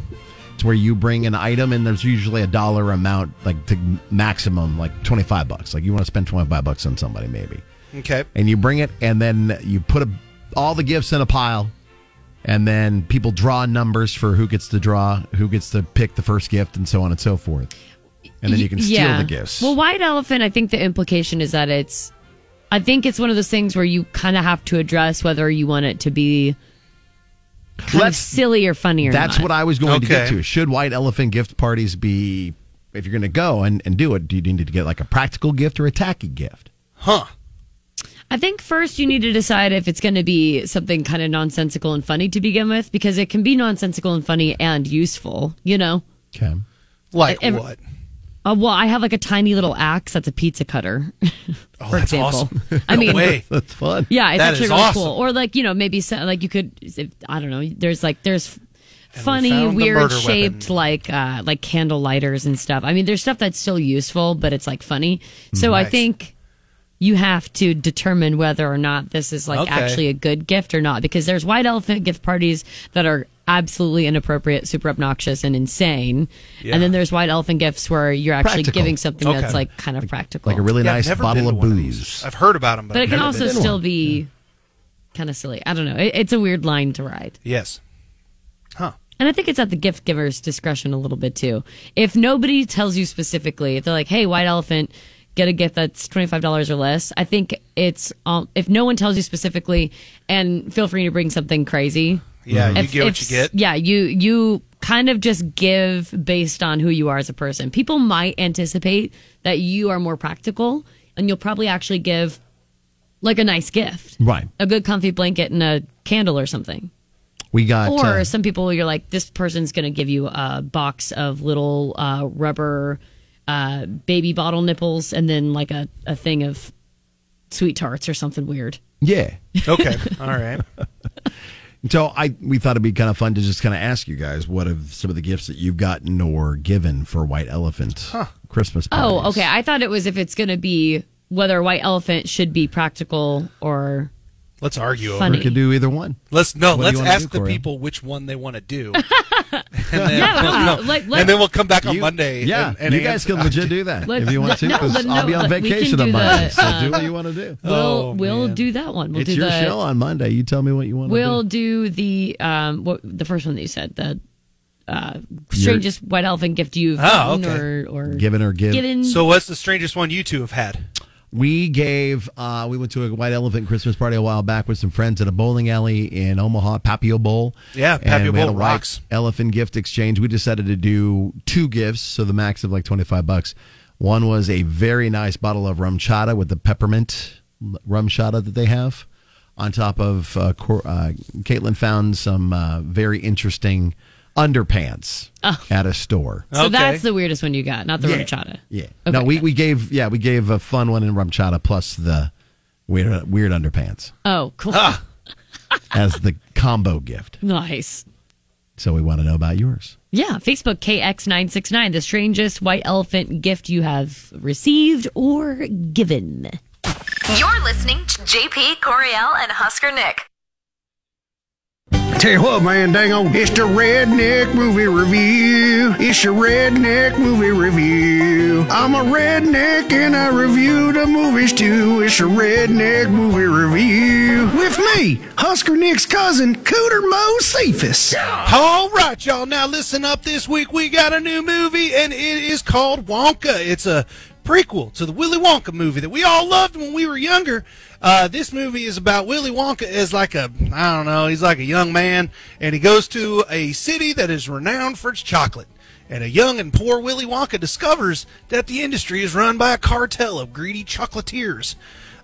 S8: It's where you bring an item and there's usually a dollar amount, like to maximum, like 25 bucks. Like you want to spend 25 bucks on somebody, maybe.
S10: Okay.
S8: And you bring it and then you put a, all the gifts in a pile and then people draw numbers for who gets to draw, who gets to pick the first gift, and so on and so forth. And then you can steal
S9: yeah.
S8: the gifts.
S9: Well, white elephant, I think the implication is that it's, I think it's one of those things where you kind of have to address whether you want it to be kind of silly or funny or
S8: That's
S9: not.
S8: what I was going to get
S10: Okay.
S8: to. Should white elephant gift parties be, if you're going to go and, and do it, do you need to get like a practical gift or a tacky gift?
S10: Huh.
S9: I think first you need to decide if it's going to be something kind of nonsensical and funny to begin with, because it can be nonsensical and funny and useful, you know?
S8: Okay.
S10: Like
S9: Ev-
S10: what?
S9: Uh, well, I have like a tiny little axe that's a pizza cutter,
S10: Oh,
S9: for
S10: that's
S9: example.
S10: awesome.
S9: I
S10: No
S9: mean,
S10: way.
S8: That's fun.
S9: yeah, it's
S10: That
S9: actually
S10: is
S9: really
S10: awesome.
S9: cool. Or like you know maybe so, like you could if, I don't know. There's like there's
S10: we
S9: funny
S10: found the
S9: weird
S10: murder
S9: shaped like uh like candle lighters and stuff. I mean, there's stuff that's still useful, but it's like funny. So I
S10: Mm, Nice.
S9: think you have to determine whether or not this is like
S10: Okay.
S9: actually a good gift or not because there's white elephant gift parties that are absolutely inappropriate, super obnoxious and insane.
S8: Yeah.
S9: And then there's white elephant gifts where you're actually
S8: Practical.
S9: giving something
S8: Okay.
S9: that's like kind of practical.
S8: Like a really
S10: Yeah, I've
S8: nice
S10: never
S8: bottle
S10: been
S8: of
S10: to one of
S8: booze.
S10: I've heard about them, but,
S9: but it
S10: I've
S9: can
S10: never
S9: also
S10: been to
S9: still
S10: one.
S9: be kind of silly. I don't know. It, it's a weird line to ride.
S10: Yes. Huh.
S9: And I think it's at the gift giver's discretion a little bit too. If nobody tells you specifically, if they're like, "Hey, white elephant, get a gift that's twenty five dollars or less," I think it's um, if no one tells you specifically, and feel free to bring something crazy.
S10: Yeah,
S8: Mm-hmm.
S10: you
S9: If-
S10: get what
S9: if-
S10: you get.
S9: Yeah, you you kind of just give based on who you are as a person. People might anticipate that you are more practical, and you'll probably actually give like a nice gift,
S8: Right.
S9: a good comfy blanket and a candle or something.
S8: We got.
S9: Or
S8: uh,
S9: some people, you're like, this person's going to give you a box of little uh, rubber uh, baby bottle nipples and then like a, a thing of sweet tarts or something weird.
S8: yeah.
S10: Okay. All right.
S8: So I we thought it'd be kind of fun to just kind of ask you guys what of some of the gifts that you've gotten or given for White Elephant Christmas party.
S9: Oh, okay. I thought it was if it's going to be whether White Elephant should be practical or.
S10: Let's argue over
S9: Funny.
S8: we could do either one.
S10: Let's
S8: What
S10: no.
S8: do you
S10: let's
S8: wanna do,
S10: ask the
S8: Cora?
S10: people which one they want to do, and then,
S9: Yeah, no,
S10: we'll,
S9: like,
S10: and then we'll come back on
S8: You-
S10: Monday.
S8: Yeah,
S10: and, and
S8: you guys
S10: answer-
S8: can legit do that
S9: Let's-
S8: if you want
S9: let-
S8: to.
S9: no,
S8: 'cause
S9: but
S8: I'll
S9: no,
S8: be on
S9: like, we can
S8: vacation
S9: do
S8: on
S9: the,
S8: Monday, so
S9: uh,
S8: do what you want to do.
S9: We'll, we'll do that one. We'll
S8: Oh, it's
S9: do
S8: your
S9: the,
S8: show on Monday. You tell me what you want.
S9: We'll
S8: to
S9: do the um what the first one that you said the uh
S8: Your-
S9: strangest white elephant gift you've
S10: Oh,
S9: gotten
S10: okay.
S9: or or
S8: do. given or give.
S9: given
S10: So what's the strangest one you two have had?
S8: We gave. Uh, we went to a White Elephant Christmas party a while back with some friends at a bowling alley in Omaha, Papio Bowl.
S10: Yeah,
S8: and
S10: Papio
S8: we had
S10: Bowl
S8: a white
S10: rocks.
S8: Elephant gift exchange. We decided to do two gifts, so the max of like twenty five bucks. One was a very nice bottle of rum chata with the peppermint rum chata that they have. On top of uh, Cor- uh, Caitlin found some uh, very interesting underpants at a store.
S9: so that's the weirdest one you got, not the
S8: Yeah.
S9: horchata.
S8: Yeah.
S9: Okay.
S8: no, we, we gave yeah we gave a fun one in Rumchata plus the weird weird underpants
S9: Oh, cool.
S8: Ah. as the combo gift.
S9: Nice.
S8: So we want to know about yours.
S9: Yeah, Facebook KX969, the strangest white elephant gift you have received or given.
S1: You're listening to JP Coriel and Husker Nick.
S13: Tell you what, man, dang on. It's the Redneck Movie Review. It's your Redneck Movie Review. I'm a redneck and I review the movies too. It's your Redneck Movie Review. With me, Husker Nick's cousin, Cooter Mo Cephas.
S10: All right, y'all. Now listen up. This week we got a new movie, and it is called Wonka. It's a prequel to the Willy Wonka movie that we all loved when we were younger. Uh, this movie is about Willy Wonka as like a I don't know. He's like a young man, and he goes to a city that is renowned for its chocolate. And a young and poor Willy Wonka discovers that the industry is run by a cartel of greedy chocolatiers.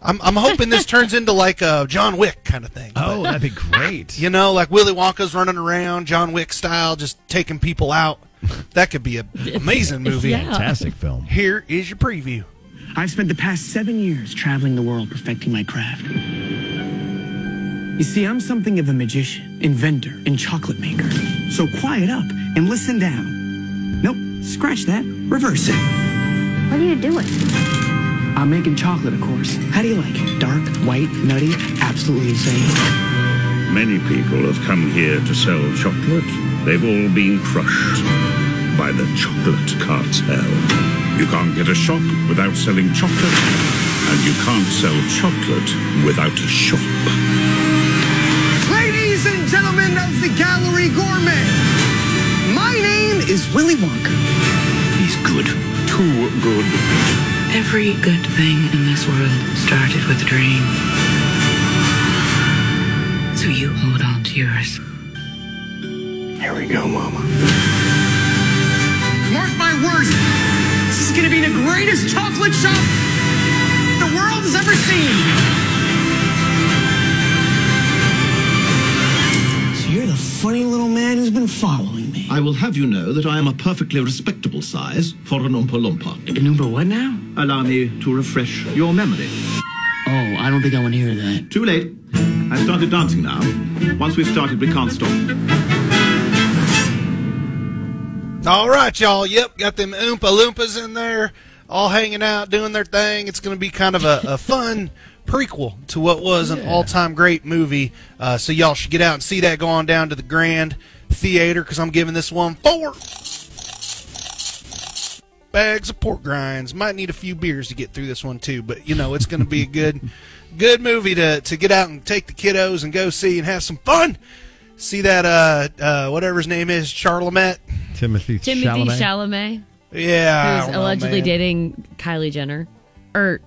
S10: I'm, I'm hoping this turns into like a John Wick kind of thing.
S8: Oh, that'd be great.
S10: You know, like Willy Wonka's running around, John Wick style, just taking people out. That could be an amazing movie.
S14: Yeah. Fantastic
S8: film.
S10: Here is your preview.
S14: I've spent the past seven years traveling the world perfecting my craft. You see, I'm something of a magician, inventor, and chocolate maker. So quiet up and listen down. Nope, scratch that, reverse it. What are you doing? I'm making chocolate, of course. How do you like it? Dark, white, nutty, absolutely insane.
S3: Many people have come here to sell chocolate. They've all been crushed by the chocolate cartel. You can't get a shop without selling chocolate, and you can't sell chocolate without a shop.
S13: Ladies and gentlemen of the Gallery Gourmet, my name is Willy Wonka.
S14: He's good. Too good. Every good thing in this world started with a dream. So you hold on to yours.
S13: There we go, Mama.
S14: Mark my words, this is going to be the greatest chocolate shop the world has ever seen.
S15: So you're the funny little man who's been following me. I will have you know that I am a perfectly respectable size for an Oompa Loompa. An Oompa what now? Allow me to refresh your memory. Oh, I don't think I want to hear that. Too late. I've started dancing now. Once we've started, we can't stop.
S10: All right, y'all. Yep, got them Oompa Loompas in there, all hanging out, doing their thing. It's going to be kind of a, a fun prequel to what was an all time great movie. Uh, so, y'all should get out and see that going down to the Grand Theater because I'm giving this one four bags of pork grinds. Might need a few beers to get through this one, too, but you know, it's going to be a good. Good movie to, to get out and take the kiddos and go see and have some fun. See that uh, uh whatever his name is, Charlemagne.
S8: Timothy,
S9: Timothy
S8: Chalamet.
S9: Chalamet,
S10: Yeah, I
S9: who's
S10: don't know,
S9: allegedly
S10: man.
S9: dating Kylie Jenner, or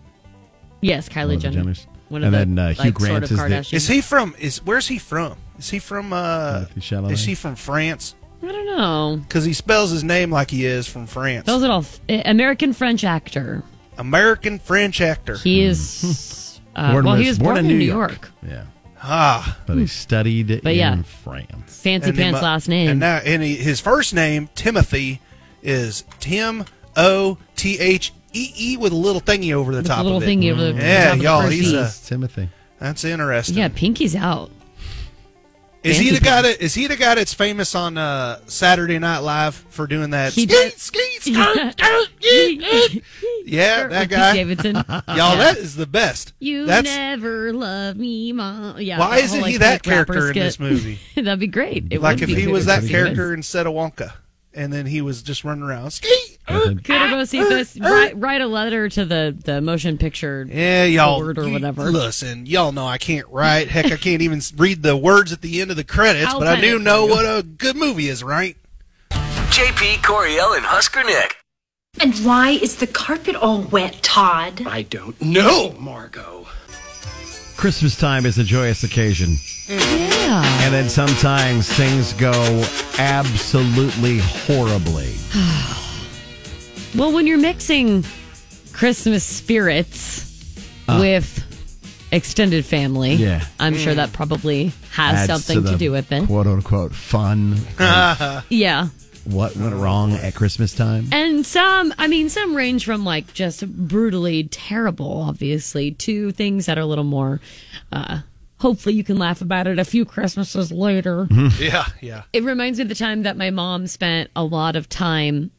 S9: yes, Kylie Jenner. One of the,
S8: And then, uh, Hugh
S9: like, sort
S8: Grant
S9: of
S8: is the-
S9: Kardashians.
S10: Is he from? Is where's he from? Is he from? uh
S8: Chalamet.
S10: Is he from France?
S9: I don't know.
S10: Because he spells his name like he is from France.
S9: Those are all f- American French actor.
S10: American French actor.
S9: He is. Uh, well, he was born, in New York.
S8: Yeah.
S10: Ah.
S8: But he studied
S9: Hmm. But
S8: in
S9: yeah.
S8: France.
S9: Fancy
S10: And he
S9: pants
S10: mu-
S9: last name.
S10: And now, and he, his first name Timothy is Tim O T H E E with a little thingy over the
S9: With a
S10: top.
S9: little
S10: of it. Mm-hmm.
S9: thingy over the
S10: yeah,
S9: top of the
S10: y'all.
S9: first
S10: he's
S9: E.
S10: a,
S8: Timothy.
S10: that's interesting.
S9: Yeah, Pinky's out.
S10: Is he
S9: Fancy
S10: the guy that is he the guy that's famous on uh, Saturday Night Live for doing that?
S9: He
S10: "Skeet,
S9: did-
S10: skeet, skirt, skirt, yeet, yeet"? yeah, that
S9: Pete
S10: guy.
S9: Davidson.
S10: Y'all,
S9: Yeah.
S10: that is the best.
S9: You
S10: that's
S9: never love me, mom. Yeah.
S10: Why
S9: the
S10: isn't
S9: whole,
S10: he
S9: like,
S10: that
S9: fake rapper
S10: character in this
S9: skit.
S10: movie?
S9: That'd be great. It
S10: like
S9: would
S10: if
S9: be.
S10: he was that
S9: That'd be
S10: character instead of Wonka, and then he was just running around. Ski.
S9: Oh, good. Could have go
S10: Uh,
S9: see this. Write, write a letter to the the motion picture.
S10: Yeah, y'all.
S9: board or
S10: you-
S9: whatever.
S10: Listen, y'all know I can't write. Heck, I can't even read the words at the end of the credits,
S5: I'll
S10: but I
S5: find it
S10: do
S5: for
S10: know
S5: you.
S10: what a good movie is, right?
S5: JP Coriel and Husker Nick.
S16: And why is the carpet all wet, Todd? I don't
S5: know,
S16: Margot.
S8: Christmas time is a joyous occasion.
S9: Yeah.
S8: And then sometimes things go absolutely horribly.
S9: Well, when you're mixing Christmas spirits
S8: Uh.
S9: with extended family,
S8: Yeah.
S9: I'm sure
S8: Mm.
S9: that probably has
S8: Adds
S9: something to,
S8: the
S9: do with it.
S8: Quote unquote fun. of
S9: Yeah.
S8: what went wrong at Christmas time?
S9: And some, I mean, some range from like just brutally terrible, obviously, to things that are a little more, uh, hopefully you can laugh about it a few Christmases later.
S10: Yeah, yeah.
S9: It reminds me of the time that my mom spent a lot of time.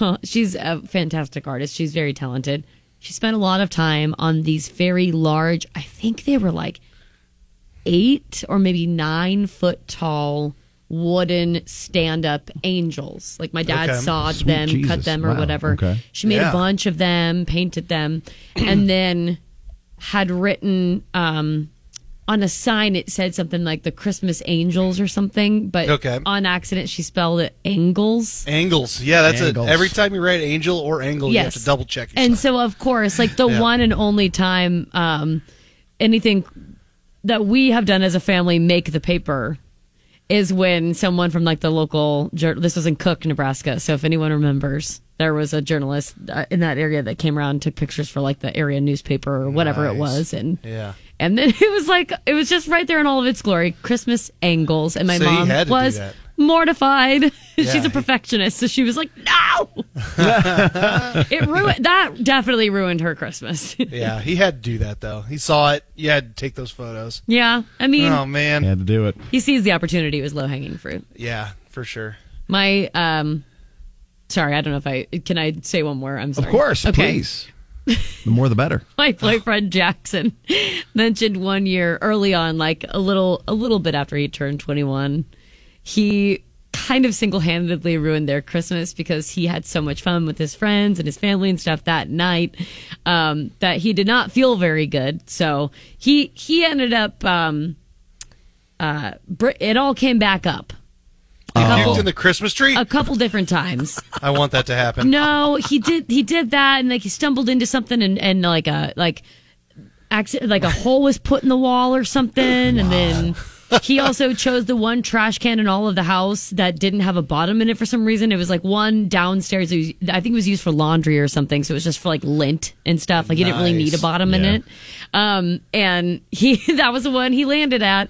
S9: she's a fantastic artist. She's very talented. She spent a lot of time on these very large, I think they were like eight or maybe nine foot tall wooden stand up angels. Like my dad
S17: Okay.
S9: sawed
S17: Sweet
S9: them, cut
S17: Jesus.
S9: them, or
S17: Wow.
S9: whatever.
S17: Okay.
S9: She made
S17: Yeah.
S9: a bunch of them, painted them, and then had written um, on a sign it said something like the Christmas angels or something, but
S10: Okay.
S9: on accident she spelled it angles.
S10: Angles. Yeah, that's
S8: Angles.
S10: a, every time you write angel or angle, you have
S9: Yes.
S10: to double check. it.
S9: And so, of course, like the
S10: Yeah.
S9: one and only time um, anything that we have done as a family make the paper is when someone from like the local jour- this was in Cook, Nebraska. So if anyone remembers, there was a journalist uh, in that area that came around and took pictures for like the area newspaper or whatever it
S17: Nice.
S9: was, and
S17: Yeah.
S9: and then it was like it was just right there in all of its glory, Christmas angles, and my
S17: So you
S9: mom
S17: had to do
S9: was
S17: that.
S9: mortified. She's
S17: Yeah.
S9: a perfectionist, so she was like, "No." it ruined that definitely ruined her Christmas.
S10: Yeah, he had to do that though. He saw it. You had to take those photos.
S9: Yeah, I mean,
S10: oh man,
S8: Had to do it.
S9: he sees the opportunity it was low hanging fruit.
S10: Yeah, for sure.
S9: My um sorry, I don't know if I can I say one more. I'm sorry.
S8: Of course,
S9: Okay.
S8: please. The more the better.
S9: My boyfriend Jackson mentioned one year early on, like a little a little bit after he turned twenty one, he kind of single handedly ruined their Christmas because he had so much fun with his friends and his family and stuff that night um, that he did not feel very good. So he he ended up um, uh, br- it all came back up.
S10: He puked in the Christmas tree.
S9: A couple different times.
S10: I want that to happen.
S9: No, he did. He did that, and like he stumbled into something, and and like a like, accident, like a hole was put in the wall or something, and then he also chose the one trash can in all of the house that didn't have a bottom in it for some reason. It was like one downstairs. It was, I think it was used for laundry or something. So it was just for like lint and stuff. Like he didn't really
S17: Nice.
S9: need a bottom in
S17: Yeah.
S9: it. Um, and he that was the one he landed at.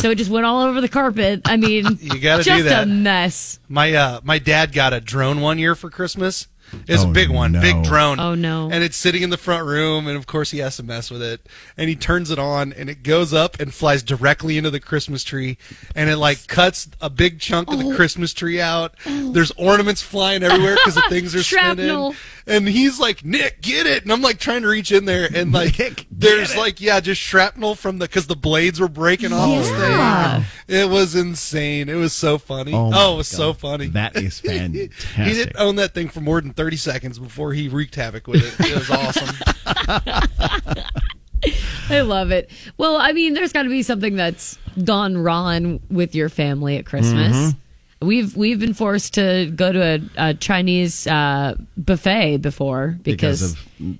S9: So it just went all over the carpet. I mean,
S10: You gotta do
S9: just a
S10: that.
S9: mess.
S10: My uh, my dad got a drone one year for Christmas. It's a big one, big drone.
S9: Oh, no.
S10: And it's sitting in the front room, and of course he has to mess with it. And he turns it on, and it goes up and flies directly into the Christmas tree, and it like cuts a big chunk
S9: Oh.
S10: of the Christmas tree out. There's ornaments flying everywhere because the things are
S9: Shrapnel.
S10: spinning. And he's like, Nick, get it! And I'm like trying to reach in there, and like there's like yeah, just shrapnel from the because the blades were breaking off his
S9: Yeah.
S10: thing. It was insane. It was so funny.
S8: Oh
S10: Oh,
S8: my
S10: it was
S8: God.
S10: so funny.
S8: That is fantastic.
S10: he didn't own that thing for more than 30 seconds before he wreaked havoc with it. It was awesome.
S9: I love it. Well, I mean, there's got to be something that's gone wrong with your family at Christmas.
S17: Mhm.
S10: Mm-hmm.
S9: We've we've been forced to go to a, a Chinese uh, buffet before because,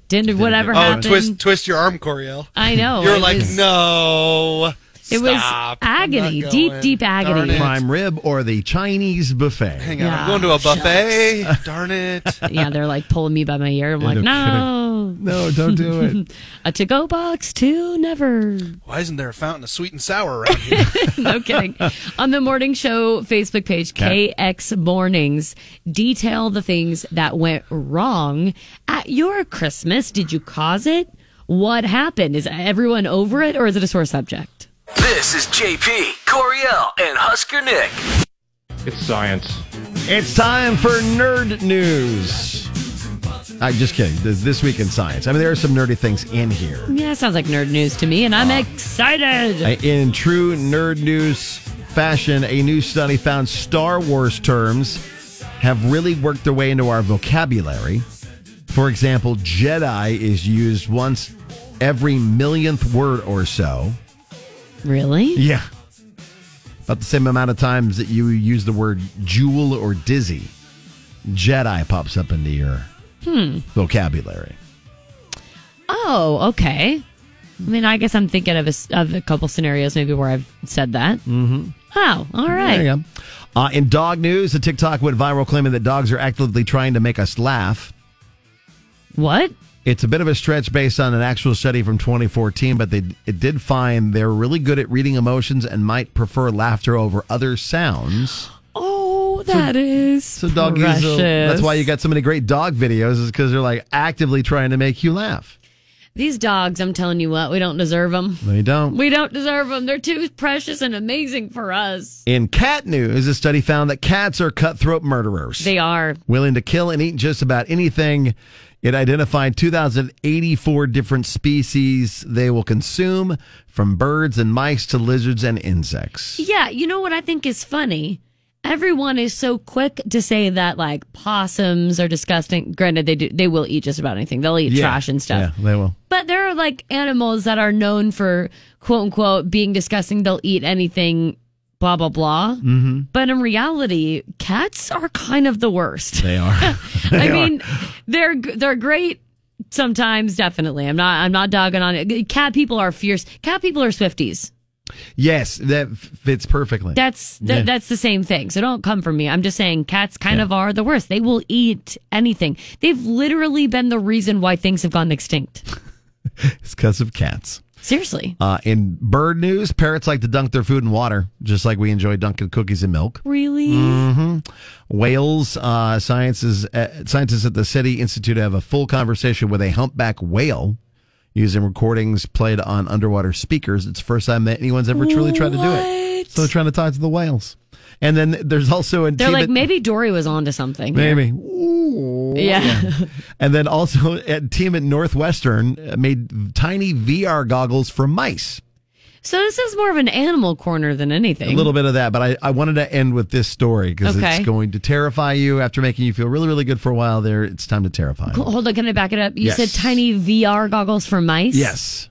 S9: didn't whatever
S10: oh,
S9: happened.
S10: twist twist your arm, Coriel.
S9: I know.
S10: You're
S9: It
S10: like,
S9: was-
S10: no.
S9: It was
S10: stop. I'm not
S9: agony, deep
S10: going.
S9: deep
S10: Darn
S9: agony.
S10: it.
S8: Prime rib or the Chinese buffet?
S10: Hang on. I'm going to a buffet. Darn it.
S9: yeah, they're like pulling me by my ear. I'm
S8: Yeah,
S9: like,
S8: no
S9: no,
S8: No, don't do it.
S9: a to go box too, never.
S10: Why isn't there a fountain of sweet and sour around here?
S9: no kidding. On the morning show Facebook page,
S10: Okay.
S9: KX Mornings, detail the things that went wrong at your Christmas. Did you cause it? What happened? Is everyone over it or is it a sore subject?
S5: This is JP, Coriel, and Husker Nick.
S8: It's science. It's time for nerd news. I'm just kidding. This, this week in science. I mean, there are some nerdy things in here.
S9: Yeah, sounds like nerd news to me, and I'm excited.
S8: Uh, In true nerd news fashion, a new study found Star Wars terms have really worked their way into our vocabulary. For example, Jedi is used once every millionth word or so.
S9: Really?
S8: Yeah. About the same amount of times that you use the word jewel or dizzy. Jedi pops up into your
S9: Hmm.
S8: vocabulary.
S9: Oh, okay. I mean, I guess I'm thinking of a, s- of a couple scenarios maybe where I've said that.
S8: Mm-hmm.
S9: Oh, all right.
S8: There you go. Uh, in dog news, a TikTok went viral claiming that dogs are actively trying to make us laugh.
S9: What?
S8: It's a bit of a stretch based on an actual study from 2014, but they it did find they're really good at reading emotions and might prefer laughter over other sounds.
S9: Oh, that is
S8: So doggies, will- that's
S9: precious.
S8: why you got so many great dog videos, is because they're like actively trying to make you laugh.
S9: These dogs, I'm telling you what, we don't deserve them.
S8: They don't.
S9: We don't deserve them. They're too precious and amazing for us.
S8: In cat news, a study found that cats are cutthroat murderers.
S9: They are.
S8: willing to kill and eat just about anything. It identified 2,084 different species they will consume, from birds and mice to lizards and insects.
S9: Yeah, you know what I think is funny? Everyone is so quick to say that like possums are disgusting. Granted, they do they will eat just about anything. They'll eat
S8: Yeah.
S9: trash and stuff.
S8: Yeah, they will.
S9: But there are like animals that are known for quote unquote being disgusting. They'll eat anything, blah blah blah.
S8: Mm-hmm.
S9: But in reality, cats are kind of the worst.
S8: They are.
S9: I
S8: They are.
S9: mean, they're they're great sometimes. Definitely, I'm not I'm not dogging on it. Cat people are fierce. Cat people are Swifties.
S8: Yes, that f- fits perfectly.
S9: That's th-
S8: Yeah.
S9: that's the same thing. So don't come for me. I'm just saying cats kind of are the worst. They will eat anything. They've literally been the reason why things have gone extinct.
S8: It's because of cats.
S9: Seriously.
S8: Uh, in bird news, parrots like to dunk their food in water, just like we enjoy dunking cookies in milk.
S9: Really?
S8: hmm Whales uh, sciences uh, scientists at the City Institute have a full conversation with a humpback whale using recordings played on underwater speakers. It's the first time that anyone's ever truly tried to do it. So they're trying to talk to the whales. And then there's also a
S9: They're
S8: team
S9: like
S8: at-
S9: maybe Dory was onto something. here.
S8: Maybe.
S9: Yeah.
S8: and then also a team at Northwestern uh, made tiny VR goggles for mice.
S9: So this is more of an animal corner than anything.
S8: A little bit of that, but I, I wanted to end with this story because
S9: Okay.
S8: it's going to terrify you after making you feel really, really good for a while there. It's time to terrify. you.
S9: Hold on, can I back it up? You
S8: Yes.
S9: said tiny VR goggles for mice.
S8: Yes.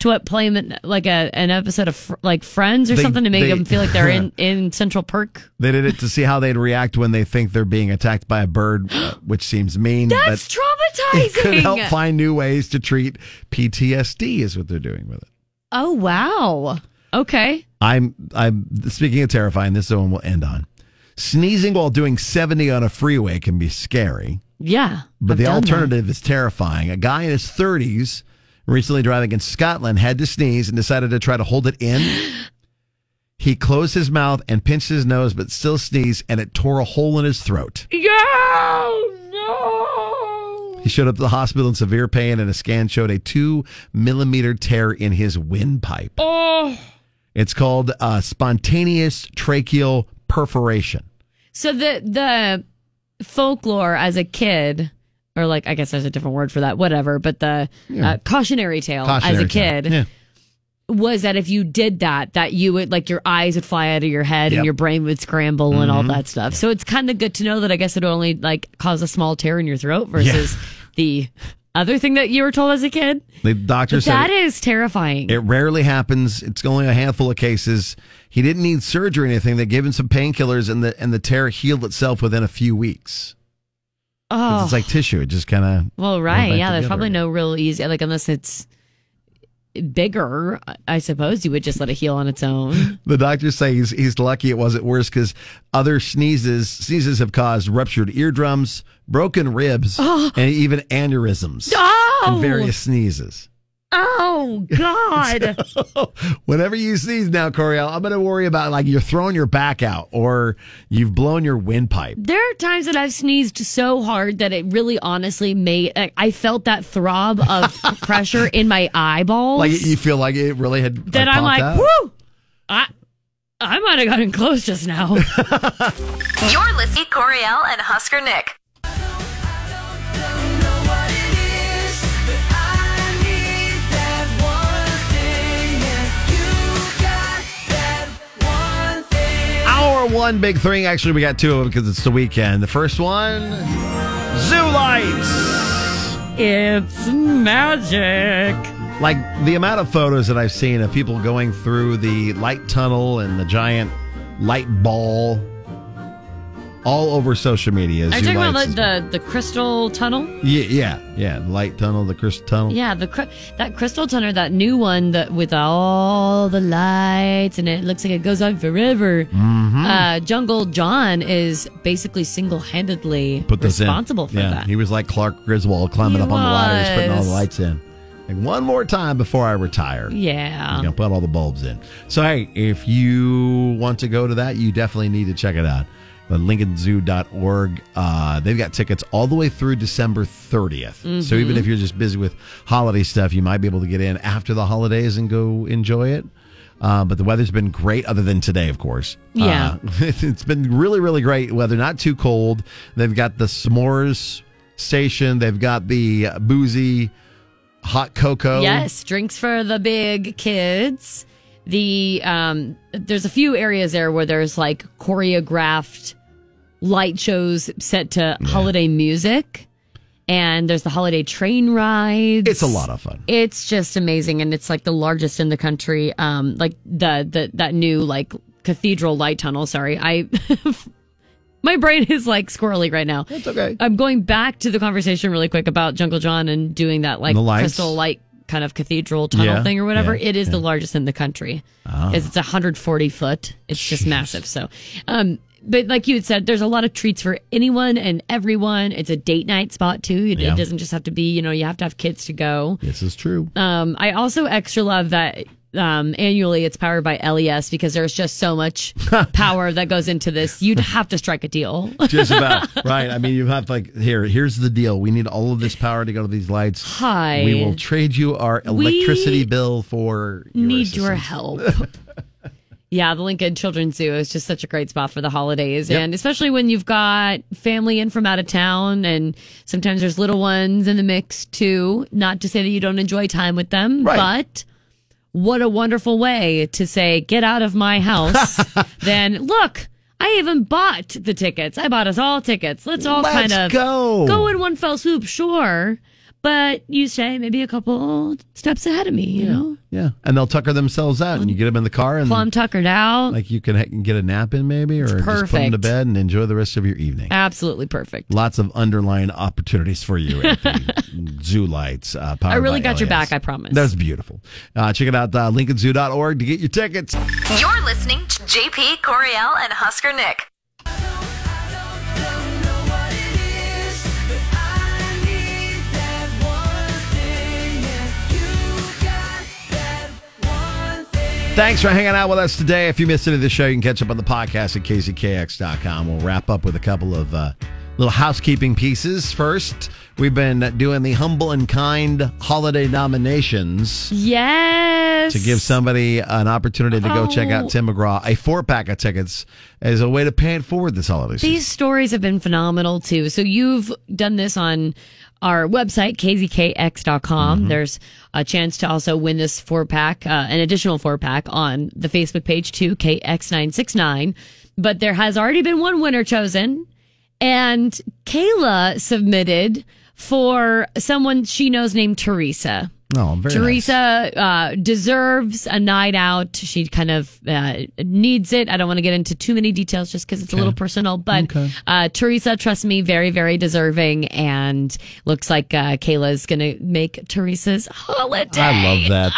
S9: To what play 'em in, like a an episode of fr- like Friends or
S8: They-
S9: something to make
S8: they-
S9: them feel like they're in in Central Perk.
S8: They did it to see how they'd react when they think they're being attacked by a bird, uh, which seems mean.
S9: That's
S8: but It could
S9: traumatizing.
S8: help find new ways to treat PTSD, is what they're doing with it.
S9: oh wow. Okay.
S8: I'm I'm speaking of terrifying. This is the one we'll end on. Sneezing while doing 70 on a freeway can be scary,
S9: Yeah.
S8: but
S9: I've
S8: the
S9: done that.
S8: alternative is terrifying. A guy in his 30s, recently driving in Scotland, had to sneeze and decided to try to hold it in. He closed his mouth and pinched his nose, but still sneezed, and it tore a hole in his throat. He showed up to the hospital in severe pain, and a scan showed a two millimeter tear in his windpipe.
S9: Oh.
S8: It's called uh, spontaneous tracheal perforation.
S9: So the the folklore as a kid, or like I guess there's a different word for that, whatever. But the
S8: Yeah.
S9: uh, cautionary tale as
S8: Cautionary
S9: a
S8: tale.
S9: kid
S8: Yeah.
S9: was that if you did that, that you would like your eyes would fly out of your head
S8: Yep.
S9: and your brain would scramble and all
S8: Mhm.
S9: that stuff. So it's kind of good to know that I guess it would only like cause a small tear in your throat versus the other thing that you were told as a kid.
S8: The doctor
S9: But
S8: said
S9: that
S8: it-
S9: is terrifying.
S8: it rarely happens. It's only a handful of cases. He didn't need surgery or anything. They gave him some painkillers, and the and the tear healed itself within a few weeks. 'Cause
S9: oh,
S8: It's like tissue. It just kind of
S9: Well, right.
S8: back
S9: Yeah, there's
S8: together
S9: probably no real easy, like, unless it's bigger, I- I suppose you would just let it heal on its own.
S8: The doctors say he's he's lucky it wasn't worse because other sneezes sneezes have caused ruptured eardrums, broken ribs,
S9: Oh.
S8: and even aneurysms
S9: Oh.
S8: in various sneezes.
S9: Oh, God.
S8: Whenever you sneeze now, Coriel, I'm going to worry about like you're throwing your back out or you've blown your windpipe.
S9: there are times that I've sneezed so hard that it really honestly made, I- I felt that throb of pressure in my eyeballs.
S8: Like you feel like it really had.
S9: that I'm
S8: popped
S9: like,
S8: out.
S9: whoo, I, I might have gotten close just now.
S1: You're listening to Coriel and Husker Nick.
S8: Hour one, big thing. Actually, we got two of them because it's the weekend. The first one, zoo lights.
S9: It's magic.
S8: Like the amount of photos that I've seen of people going through the light tunnel and the giant light ball all over social media.
S9: Are you
S8: zoo
S9: talking about
S8: lights
S9: like, the, the crystal tunnel?
S8: is- yeah, yeah, yeah. The light tunnel, the crystal tunnel.
S9: Yeah, the cr- that crystal tunnel, that new one that with all the lights and it looks like it goes on forever.
S8: Mhm.
S9: Uh, Jungle John is basically single-handedly
S8: Put this in.
S9: responsible for
S8: yeah,
S9: that.
S8: He was like Clark Griswold climbing
S9: He
S8: up on the ladders, putting all
S9: was.
S8: the lights in. Like one more time before I retire.
S9: Yeah.
S8: You know, put all the bulbs in. So, hey, if you want to go to that, you definitely need to check it out. The LincolnZoo.org. Uh, they've got tickets all the way through December 30th.
S9: Mm-hmm.
S8: So, even
S17: Mhm.
S8: if you're just busy with holiday stuff, you might be able to get in after the holidays and go enjoy it. Uh, but the weather's been great, other than today, of course.
S9: Yeah.
S8: Uh, it's been really, really great weather, not too cold. They've got the s'mores station, they've got the uh, boozy hot cocoa.
S9: Yes, drinks for the big kids. The um, there's a few areas there where there's like choreographed light shows set to holiday music, and there's the holiday train rides.
S8: It's a lot of fun.
S9: It's just amazing, and it's like the largest in the country. Um, like the the that new like cathedral light tunnel. Sorry, I. My brain is like squirrely right now. That's
S8: okay.
S9: I'm going back to the conversation really quick about Jungle John and doing that like
S8: The lights.
S9: crystal light kind of cathedral tunnel
S8: Yeah,
S9: thing or whatever.
S8: yeah,
S9: it is
S8: yeah.
S9: the largest in the country
S8: Ah.
S9: because it's 140 foot. It's just massive. So, um, but like you had said, there's a lot of treats for anyone and everyone. It's a date night spot too. It,
S8: Yeah.
S9: it doesn't just have to be you know you have to have kids to go.
S8: This is true.
S9: Um, I also extra love that um, annually it's powered by LES because there's just so much power that goes into this. You'd have to strike a deal.
S8: just about right. I mean, you have like here. Here's the deal. We need all of this power to go to these lights.
S9: Hi.
S8: We will trade you our
S9: We
S8: electricity bill for
S9: need your help. yeah, the Lincoln Children's Zoo is just such a great spot for the holidays,
S8: Yep.
S9: and especially when you've got family in from out of town, and sometimes there's little ones in the mix too. Not to say that you don't enjoy time with them, but what a wonderful way to say get out of my house. then look. I even bought the tickets. I bought us all tickets. Let's all
S8: Let's
S9: kind of
S8: go.
S9: go in one fell swoop, sure. but you say maybe a couple steps ahead of me, you know?
S8: Yeah, and they'll tucker themselves out, and you get them in the car, and
S9: Well, I'm tuckered out.
S8: Mm. like you can ha- get a nap in maybe, or just put them to
S9: perfect. Uh.
S8: bed and enjoy the rest of your evening.
S9: Absolutely perfect.
S8: Lots of underlying opportunities for you at the zoo lights. Uh,
S9: I
S8: powered
S9: really
S8: by
S9: got your
S8: LAS.
S9: back, I promise.
S8: That's beautiful. Uh, check it out, uh, lincolnzoo.org to get your tickets.
S1: You're listening to JP, Coriel, and Husker Nick.
S8: Thanks for hanging out with us today. If you missed any of the show, you can catch up on the podcast at kzkx.com. We'll wrap up with a couple of uh, little housekeeping pieces. First, we've been doing the humble and kind holiday nominations.
S9: Yes.
S8: to give somebody an opportunity to go check out
S9: Oh.
S8: Tim McGraw, a four pack of tickets as a way to pay it forward this holiday season.
S9: These stories have been phenomenal too. So you've done this on our website, kzkx.com.
S8: Mm-hmm.
S9: There's a chance to also win this four pack, uh, an additional four pack on the Facebook page too, KX969. But there has already been one winner chosen. And Kayla submitted for someone she knows named Teresa.
S8: Oh, very nice.
S9: Teresa uh, deserves a night out. She kind of uh, needs it. I don't want to get into too many details just because it's a little personal, but uh, Teresa, trust me, very, very deserving. And looks like uh, Kayla is going to make Teresa's holiday.
S8: I love that.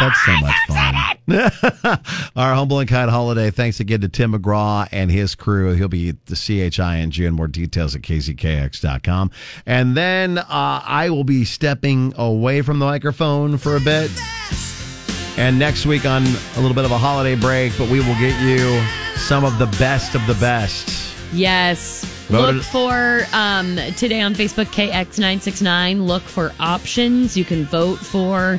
S9: Oh,
S8: That's so much fun. Our humble and kind holiday. Thanks again to Tim McGraw and his crew. He'll be at the CHI in June. More details at kzkx.com. And then uh, I will be stepping away from the microphone for a bit. And next week on a little bit of a holiday break, but we will get you some of the best of the best.
S9: Yes.
S8: Voted-
S9: Look for um, today on Facebook KX969. Look for options. You can vote for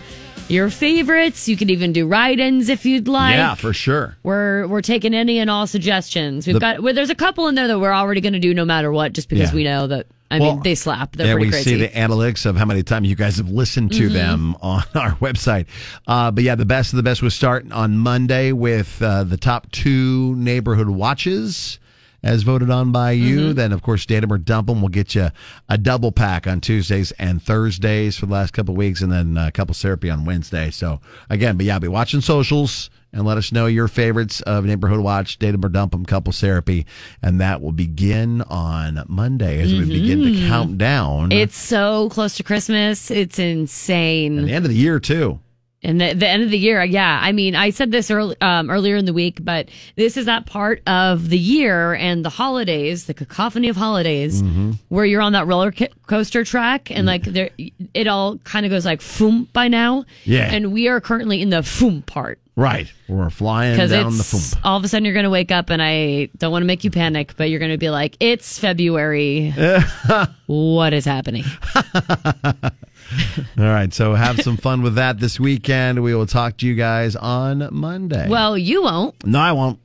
S9: your favorites. You can even do write-ins if you'd like.
S8: yeah, for sure.
S9: We're we're taking any and all suggestions. We've
S8: The-
S9: got well, there's a couple in there that we're already going to do no matter what, just because
S8: Yeah.
S9: we know that. I
S8: Well,
S9: mean, they slap. They're
S8: yeah,
S9: pretty
S8: we
S9: crazy.
S8: see the analytics of how many times you guys have listened to
S9: Mhm.
S8: them on our website. Uh, but yeah, the best of the best was starting on Monday with uh, the top two neighborhood watches. As voted on by you, then of course Datum or Dump 'em will get you a double pack on Tuesdays and Thursdays for the last couple of weeks, and then a couple therapy on Wednesday. So again, but yeah, be watching socials and let us know your favorites of Neighborhood Watch, Datum or Dump 'em, Couple Therapy, and that will begin on Monday as we begin to
S9: Mhm.
S8: count down.
S9: it's so close to Christmas. It's insane.
S8: the end of the year too.
S9: And the, the end of the year, uh, yeah. I mean, I said this earl um, earlier in the week, but this is that part of the year and the holidays, the cacophony of holidays,
S8: Mm-hmm.
S9: where you're on that roller co- coaster track, and
S8: Mm.
S9: like there, it all kind of goes like foom by now.
S8: Yeah.
S9: And we are currently in the foom part
S8: Right, we're flying
S9: because
S8: down the
S9: it's
S8: foom.
S9: all of a sudden you're going to wake up, and I don't want to make you panic, but you're going to be like, it's February. what is happening?
S8: All right, so have some fun with that this weekend. We will talk to you guys on Monday.
S9: Well, you won't.
S8: no, I won't.